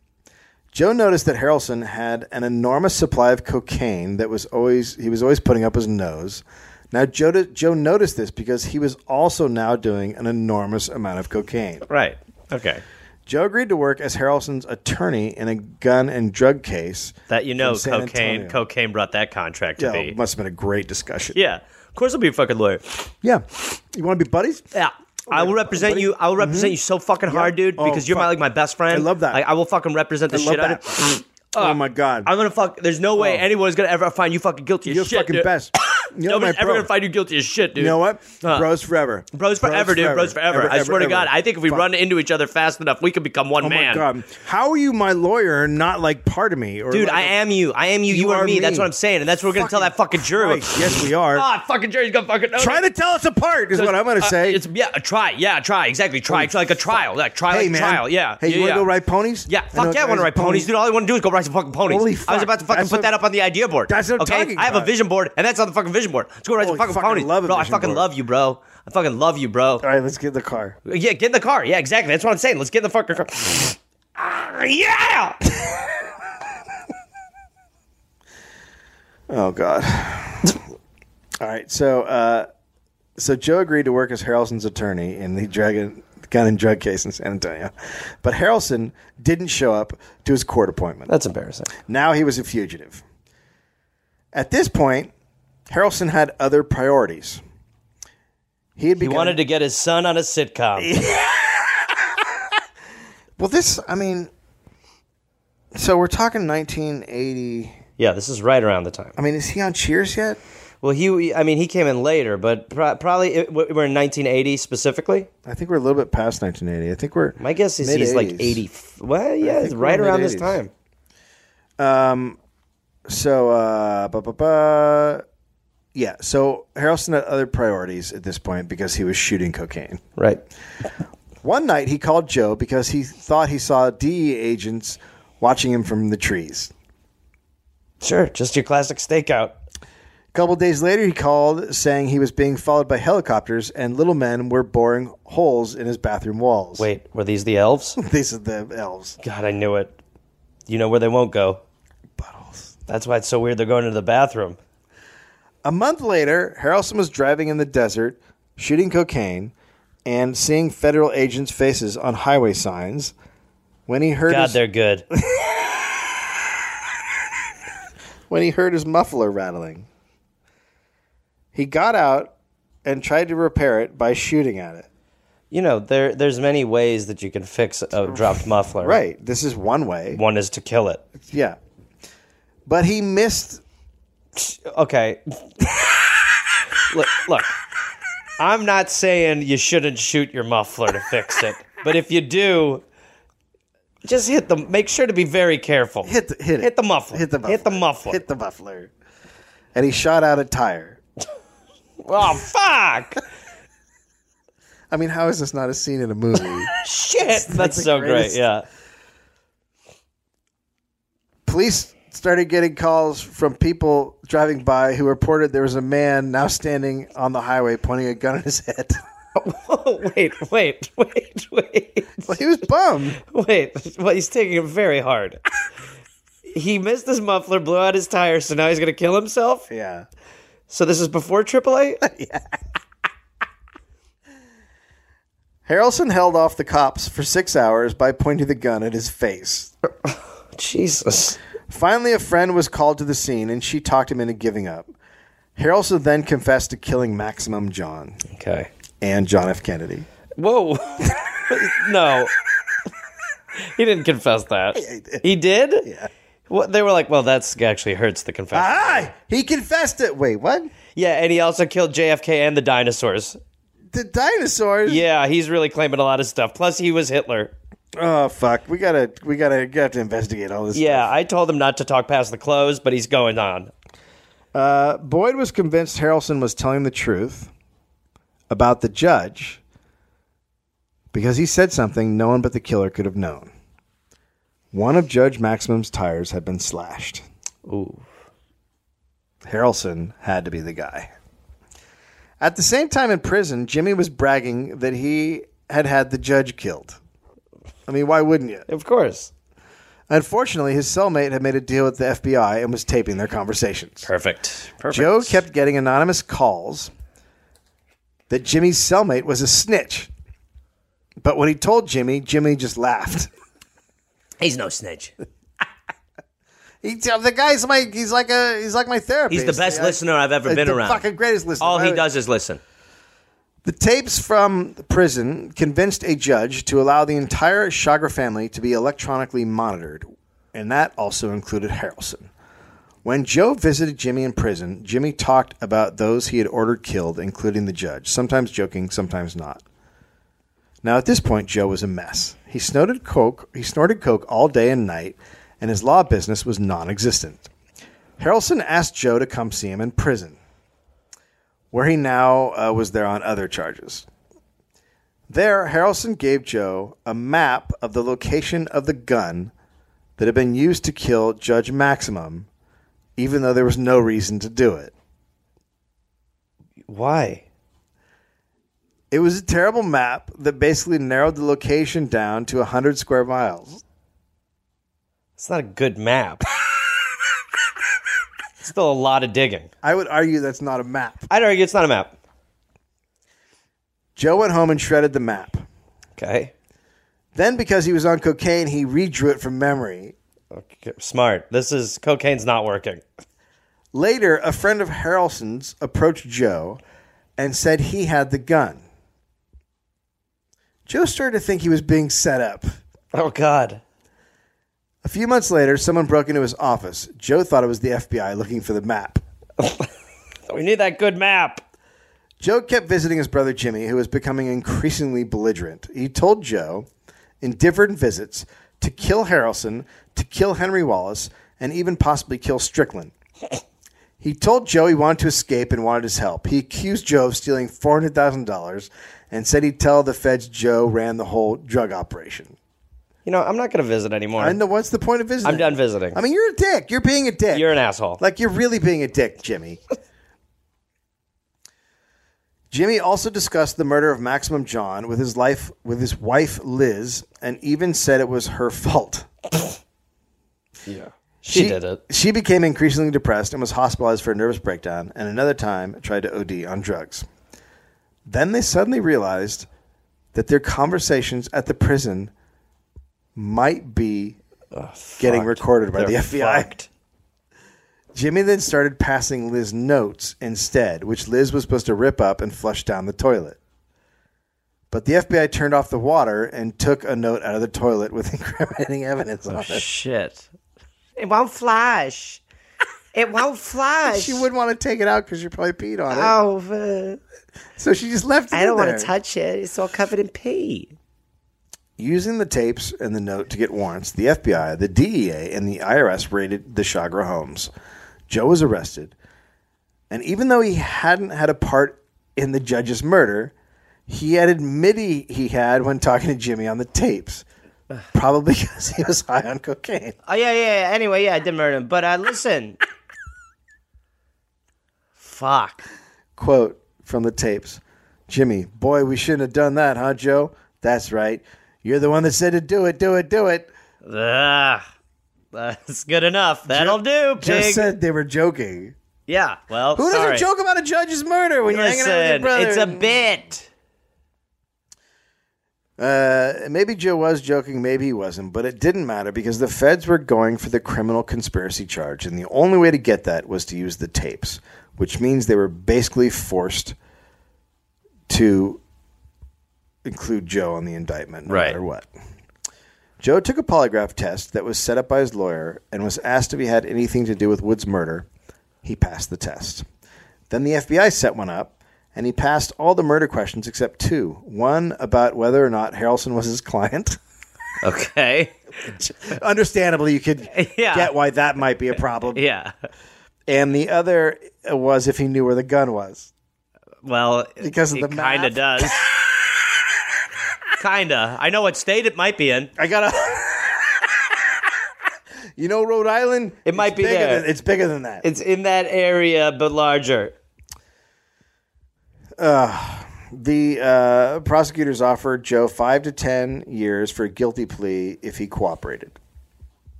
Joe noticed that Harrelson had an enormous supply of cocaine that was always he was always putting up his nose. Now Joe Joe noticed this because he was also now doing an enormous amount of cocaine.
Right. Okay.
Joe agreed to work as Harrelson's attorney in a gun and drug case.
That you know,
From San
cocaine.
Antonio.
Cocaine brought that contract to
Yeah,
be.
it must have been a great discussion.
yeah. Of course, I'll be a fucking lawyer.
Yeah. You want to be buddies?
Yeah. I will represent you. I will represent you so fucking hard, dude,
Mm-hmm. Oh,
because you're my
fuck.
like my best friend.
I love that.
Like, I will fucking represent the
I love
shit out of
that. oh my god.
I'm gonna fuck. There's no way
Oh.
anyone's gonna ever find you fucking guilty as
You're
shit.
fucking
dude. (coughs)
best. You're my
Nobody's ever
bro.
gonna find you guilty as shit, dude.
You know what?
Huh.
Bros forever.
Bros forever, dude. Bros forever.
Ever,
I
ever,
swear to
ever.
God, I think if we
Fuck.
run into each other fast enough, we could become one
Oh
man.
my god! How are you, my lawyer, and not like part of me? Or
Dude,
like
I
a-
am you. I am you. You, are, me. That's what I'm saying, and that's what we're gonna tell that fucking jury.
Christ, yes, we are.
Ah, fucking jury's gonna fucking know
Try
that.
to tell us apart is what I'm going to
Uh,
say.
It's yeah, a try. Yeah, a try. Exactly. Try. try like a trial. Like trial.
hey
like
man,
trial. Yeah.
Hey,
yeah,
you want
yeah.
to go ride ponies?
Yeah,
I know
fuck yeah, I
guys
want to ride
with
ponies, dude. All I want to do is go ride some fucking ponies.
Holy
I was
fuck,
about to fucking
that's
put
what-
that up on the idea board.
That's what I'm
okay,
talking
I have a
about.
vision board, and that's on the fucking vision board. Let's go ride some
Holy
fucking
fuck, I
ponies,
love a
bro. I
vision
fucking
board.
love you, bro. I fucking love you, bro.
All right, let's get in the car.
Yeah, get in the car. Yeah, exactly. That's what I'm saying. Let's get in the fucking car. Ah, yeah.
Oh god. (laughs) All right, so uh, so Joe agreed to work as Harrelson's attorney in the drug gun and drug case in San Antonio, but Harrelson didn't show up to his court appointment.
That's embarrassing.
Now he was a fugitive. At this point, Harrelson had other priorities. He had
He
begun,
wanted to get his son on a sitcom.
Well, this, I mean, so we're talking 1980.
(laughs) yeah, this is right around the time.
I mean, is he on Cheers yet?
Well, he, I mean, he came in later, but pro- probably it, we're in 1980 specifically.
I think we're a little bit past 1980. I think we're
My guess is he's like
mid-eighties.
80. Well, yeah,
think
it's right
we're
around this
mid-eighties.
time.
So, uh, ba, ba, ba. yeah. So Harrelson had other priorities at this point because he was shooting cocaine.
Right.
One night he called Joe because he thought he saw DE agents watching him from the trees.
Sure, just your classic stakeout.
couple days later, he called saying he was being followed by helicopters and little men were boring holes in his bathroom walls.
Wait, were these the elves?
(laughs) These are the elves.
God, I knew it. You know where they won't go.
Buttholes.
That's why it's so weird they're going to the bathroom.
A month later, Harrelson was driving in the desert, shooting cocaine, and seeing federal agents' faces on highway signs. When he heard
God,
his,
they're
(laughs)
good.
when he heard his muffler rattling, he got out and tried to repair it by shooting at it.
You know, there there's many ways that you can fix a dropped muffler.
Right. This is one way.
One is to kill it.
Yeah. But he missed.
Okay. look, look. I'm not saying you shouldn't shoot your muffler to fix it, but if you do, just hit the. Make sure to be very careful.
Hit the, hit it.
Hit the muffler.
Hit the muffler.
Hit the muffler.
Hit the muffler. And he shot out a tire.
oh
(laughs)
fuck!
I mean, how is this not a scene in
(laughs)
a movie?
Shit, that's so
greatest-
great. Yeah.
Police started getting calls from people driving by who reported there was a man now standing on the highway pointing a gun at his head. (laughs)
Oh wait, wait, wait, wait,
Well, he was bummed.
wait. Well, he's taking it very hard. He missed his muffler, blew out his tire, so now he's gonna kill himself.
Yeah.
So this is before
(laughs)
AAA.
Harrelson held off the cops for six hours by pointing the gun at his face.
Jesus.
Finally, a friend was called to the scene and she talked him into giving up. Harrelson then confessed to killing Maximum John
Okay.
and John F. Kennedy.
Whoa. (laughs) no. He didn't confess that. he did. Yeah. Well, they were like, well, that's actually hurts the confession.
Ah! He confessed it. Wait, what?
Yeah, and he also killed JFK and the dinosaurs.
The dinosaurs?
Yeah, he's really claiming a lot of stuff. Plus, he was Hitler.
Oh fuck. We gotta we gotta we have to investigate all this.
Yeah, I told him not to talk past the clothes, but he's going on.
Boyd was convinced Harrelson was telling the truth about the judge because he said something no one but the killer could have known. One of Judge Maximum's tires had been slashed. Ooh. Harrelson had to be the guy. At the same time in prison, Jimmy was bragging that he had had the judge killed. I mean, why wouldn't you?
Of course.
Unfortunately, his cellmate had made a deal with the FBI and was taping their conversations.
Perfect. Perfect.
Joe kept getting anonymous calls that Jimmy's cellmate was a snitch. But when he told Jimmy, Jimmy just laughed.
He's no snitch.
He, the guy's my he's like a he's like my therapist.
He's the best
I-
listener I've ever
he's
been
the
around.
Fucking greatest listener.
All he
I-
does is listen.
The tapes from prison convinced a judge to allow the entire Chagra family to be electronically monitored, and that also included Harrelson. When Joe visited Jimmy in prison, Jimmy talked about those he had ordered killed, including the judge, sometimes joking, sometimes not. Now at this point, Joe was a mess. He snorted coke, he snorted coke all day and night, and his law business was non-existent. Harrelson asked Joe to come see him in prison where he now uh, was there on other charges. There, Harrelson gave Joe a map of the location of the gun that had been used to kill Judge Maximum, even though there was no reason to do it.
Why?
It was a terrible map that basically narrowed the location down to 100 square miles.
It's not a good map. Still a lot of digging.
I would argue that's not a map.
I'd argue it's not a map.
Joe went home and shredded the map.
Okay.
Then, because he was on cocaine, he redrew it from memory.
Okay, Smart. This is cocaine's not working.
Later, a friend of Harrelson's approached Joe and said he had the gun. Joe started to think he was being set up.
Oh God.
A few months later, someone broke into his office. Joe thought it was the FBI looking for the map.
We need that good map.
Joe kept visiting his brother Jimmy, who was becoming increasingly belligerent. He told Joe, in different visits, to kill Harrelson, to kill Henry Wallace, and even possibly kill Strickland. (coughs) He told Joe he wanted to escape and wanted his help. He accused Joe of stealing $400,000 and said he'd tell the feds Joe ran the whole drug operation.
You know, I'm not gonna visit anymore.
And the, what's the point of visiting?
I'm done visiting.
I mean, you're a dick. You're being a dick.
You're an asshole.
Like you're really being a dick, Jimmy. Jimmy also discussed the murder of Maximum John with his life with his wife Liz, and even said it was her fault.
she, did it.
She became increasingly depressed and was hospitalized for a nervous breakdown, and another time tried to OD on drugs. Then they suddenly realized that their conversations at the prison might be getting recorded by
They're
the FBI.
fucked.
Jimmy then started passing Liz notes instead, which Liz was supposed to rip up and flush down the toilet. But the FBI turned off the water and took a note out of the toilet with (laughs) incriminating evidence
Oh,
on it.
Shit.
It won't flush. It (laughs) won't flush.
She wouldn't want to take it out because she probably peed on it.
Oh, uh,
so she just left it
I don't
in
want
there.
to touch it. It's all covered in pee.
Using the tapes and the note to get warrants, the FBI, the DEA, and the IRS raided the Chagra homes. Joe was arrested, and even though he hadn't had a part in the judge's murder, he had admitted he had when talking to Jimmy on the tapes. Probably because he was high on cocaine.
Oh yeah, yeah. yeah. Anyway, yeah, I did murder him. But uh, listen. Fuck.
Quote from the tapes Jimmy, boy, we shouldn't have done that, huh, Joe? That's right. You're the one that said to do it, do it, do it.
Ugh. That's good enough. That'll do,
Joe
pig.
said they were joking.
yeah. Well,
Who doesn't
sorry.
joke about a judge's murder when you're hanging out with your
Listen,
brother?
it's a bit.
Uh, maybe Joe was joking, maybe he wasn't, but it didn't matter because the feds were going for the criminal conspiracy charge, and the only way to get that was to use the tapes, which means they were basically forced to include Joe on the indictment, no
Right.
matter what. Joe took a polygraph test that was set up by his lawyer and was asked if he had anything to do with Wood's murder. He passed the test. Then the FBI set one up, and he passed all the murder questions except two. One about whether or not Harrelson was his client. (laughs)
Okay. (laughs)
Understandably, you could
Yeah.
get why that might be a problem.
Yeah.
And the other was if he knew where the gun was.
Well,
Because of
it
the
kind
math.
of does.
(laughs)
kinda. I know what state it might be in.
I gotta. you know, Rhode Island. It
might be
bigger
there.
Than, it's bigger than that.
It's in that area, but larger.
the uh, prosecutors offered Joe five to ten years for a guilty plea if he cooperated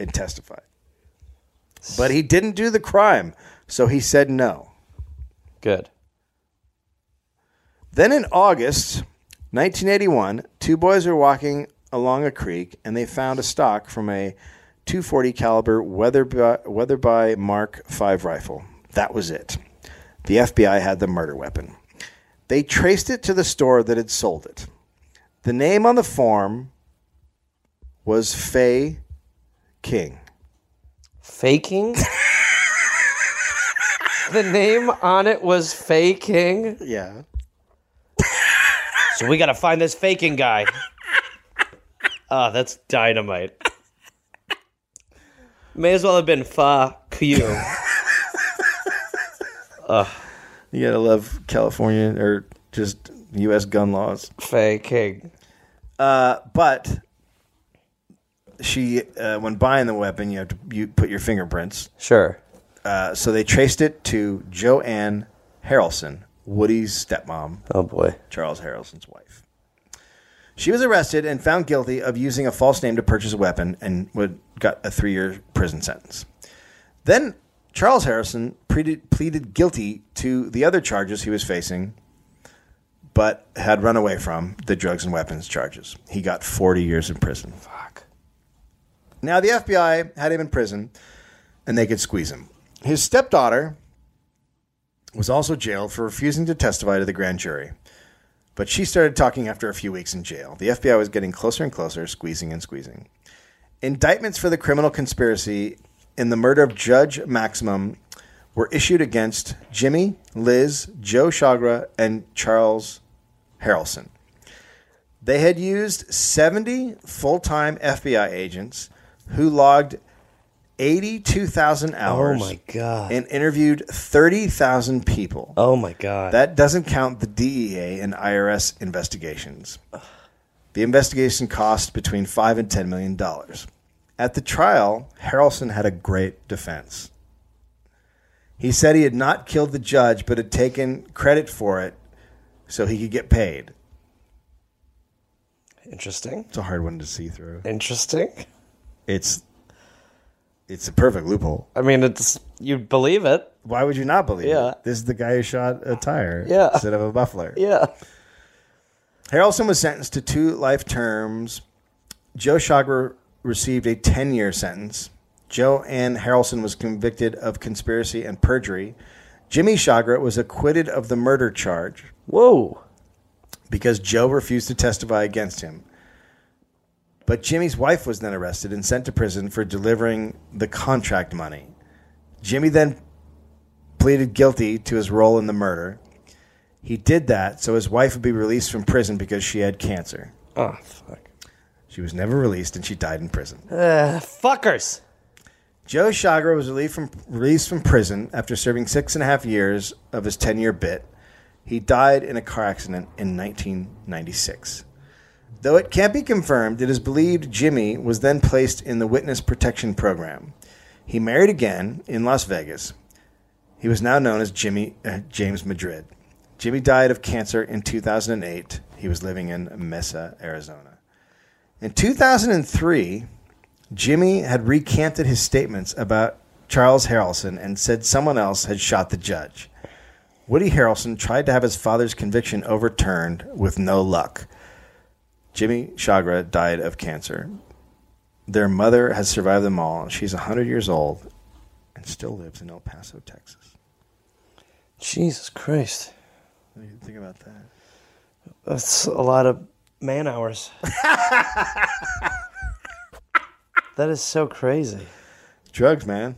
and testified. But he didn't do the crime, so he said no.
Good.
Then in August 1981, two boys were walking along a creek and they found a stock from a 240 caliber Weatherby, Weatherby Mark V rifle. That was it. The FBI had the murder weapon. They traced it to the store that had sold it. The name on the form was Fay King. (laughs)
Faking? the name on it was Faking.
Yeah.
So we gotta find this faking guy. Ah, that's dynamite. May as well have been fuck you.
You gotta love California or just U.S. gun laws.
faking.
but she uh, when buying the weapon you have to you put your fingerprints
Sure.
uh, so they traced it to joanne harrelson woody's stepmom
Oh boy.
charles harrelson's wife she was arrested and found guilty of using a false name to purchase a weapon and would got a three-year prison sentence then charles harrison pre- pleaded guilty to the other charges he was facing but had run away from the drugs and weapons charges he got 40 years in prison now the FBI had him in prison, and they could squeeze him. His stepdaughter was also jailed for refusing to testify to the grand jury, but she started talking after a few weeks in jail. The FBI was getting closer and closer, squeezing and squeezing. Indictments for the criminal conspiracy in the murder of Judge Maximum were issued against Jimmy, Liz, Joe Chagra, and Charles Harrelson. They had used 70 full time FBI agents who logged 82,000 hours
Oh, my God.
and interviewed 30,000 people.
Oh my god.
That doesn't count the DEA and IRS investigations. The investigation cost between five and ten million dollars. At the trial, Harrelson had a great defense. He said he had not killed the judge, but had taken credit for it so he could get paid.
Interesting.
It's a hard one to see through.
Interesting.
It's it's a perfect loophole.
I mean, it's you'd believe it.
Why would you not believe
Yeah.
it? This is the guy who shot a tire
Yeah.
instead of a muffler.
Yeah.
Harrelson was sentenced to two life terms. Joe Chagra received a 10 year sentence, Joanne Harrelson was convicted of conspiracy and perjury. Jimmy Chagra was acquitted of the murder charge
Whoa.
because Joe refused to testify against him. But Jimmy's wife was then arrested and sent to prison for delivering the contract money. Jimmy then pleaded guilty to his role in the murder. He did that so his wife would be released from prison because she had cancer.
Ah,
Oh, fuck.
She was never released and she died in prison.
Fuckers.
Joe Chagra was relieved from, released from prison after serving six and a half years of his 10 year bit. He died in a car accident in 1996. Though it can't be confirmed, it is believed Jimmy was then placed in the witness protection program. He married again in Las Vegas. He was now known as Jimmy uh, James Madrid. Jimmy died of cancer in 2008. He was living in Mesa, Arizona. In 2003, Jimmy had recanted his statements about Charles Harrelson and said someone else had shot the judge. Woody Harrelson tried to have his father's conviction overturned with no luck. Jimmy Chagra died of cancer. Their mother has survived them all. She's 100 years old and still lives in El Paso, Texas.
Jesus Christ.
What do you Think about that.
That's a lot of man hours. that is so crazy.
Drugs, man.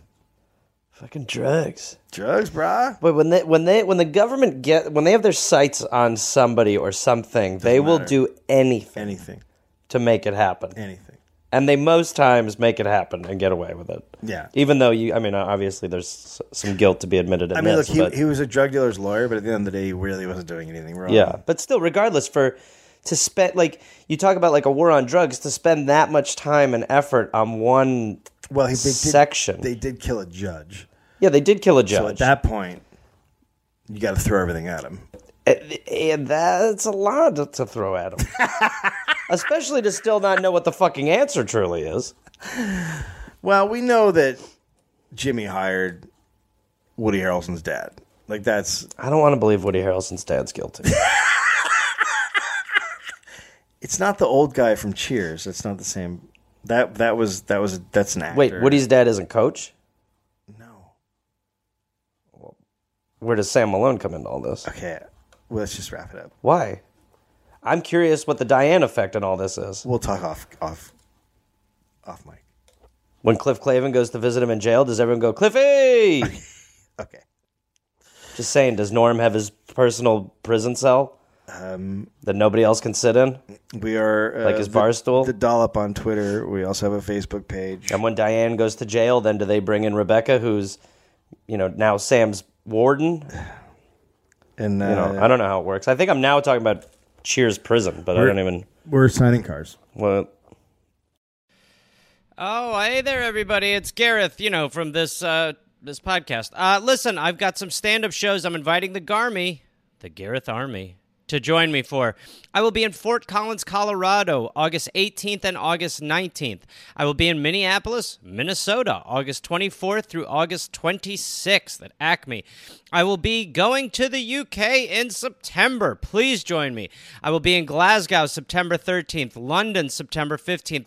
Fucking drugs.
Drugs, brah.
But when they when they when the government get when they have their sights on somebody or something, they will do anything
Anything.
to make it happen.
Anything.
And they most times make it happen and get away with it.
Yeah.
Even though you I mean obviously there's s- some guilt to be admitted in
I mean,
this,
look,
but
he, he was a drug dealer's lawyer, but at the end of the day, he really wasn't doing anything wrong.
yeah, but still regardless for to spend like you talk about like a war on drugs to spend that much time and effort on one
Well, he, they did,
section.
They did kill a judge.
yeah, they did kill a
So at
judge.
that point, you got to throw everything at him.
and that's a lot to, to throw at
(laughs)
him. Especially to still not know what the fucking answer truly is.
Well, we know that Jimmy hired Woody Harrelson's dad. Like that's
I don't want to believe Woody Harrelson's dad's
(laughs)
guilty.
it's not the old guy from Cheers. That's not the same. That that was that was that's an actor.
Wait, Woody's dad isn't coach?
no.
Where does Sam Malone come into all this?
Okay, well, let's just wrap it up.
Why? I'm curious what the Diane effect in all this is.
We'll talk off off off mic.
When Cliff Clavin goes to visit him in jail, does everyone go, Cliffy?
Okay.
Just saying, does Norm have his personal prison cell that nobody else can sit in?
We are uh,
Like his
the-
bar stool?
The dollop on Twitter. We also have a Facebook page.
And when Diane goes to jail, then do they bring in Rebecca, who's, you know, now Sam's warden?
And uh,
You know, I don't know how it works. I think I'm now talking about Cheers Prison, but I don't even.
we're signing cards.
Well,
Oh, hey there, everybody. It's Gareth, you know, from this uh, this podcast. Uh, listen, I've got some stand up shows I'm inviting the Garmy, the Gareth Army, to join me for. I will be in Fort Collins, Colorado, August 18th and August 19th. I will be in Minneapolis, Minnesota, August 24th through August 26th at Acme. I will be going to the UK in September. Please join me. I will be in Glasgow, September 13th, London, September 15th,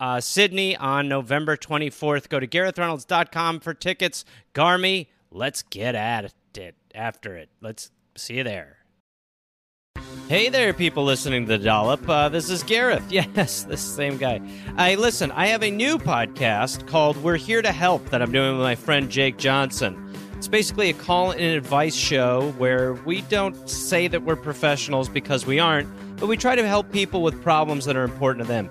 uh, Sydney on November 24th. Go to GarethReynolds.com for tickets. Garmy, let's get at it after it. Let's see you there. Hey there, people listening to the Dollop. Uh, this is Gareth. (laughs) Yes, this same guy. I listen. I have a new podcast called "We're Here to Help" that I'm doing with my friend Jake Johnson. It's basically a call and advice show where we don't say that we're professionals because we aren't, but we try to help people with problems that are important to them.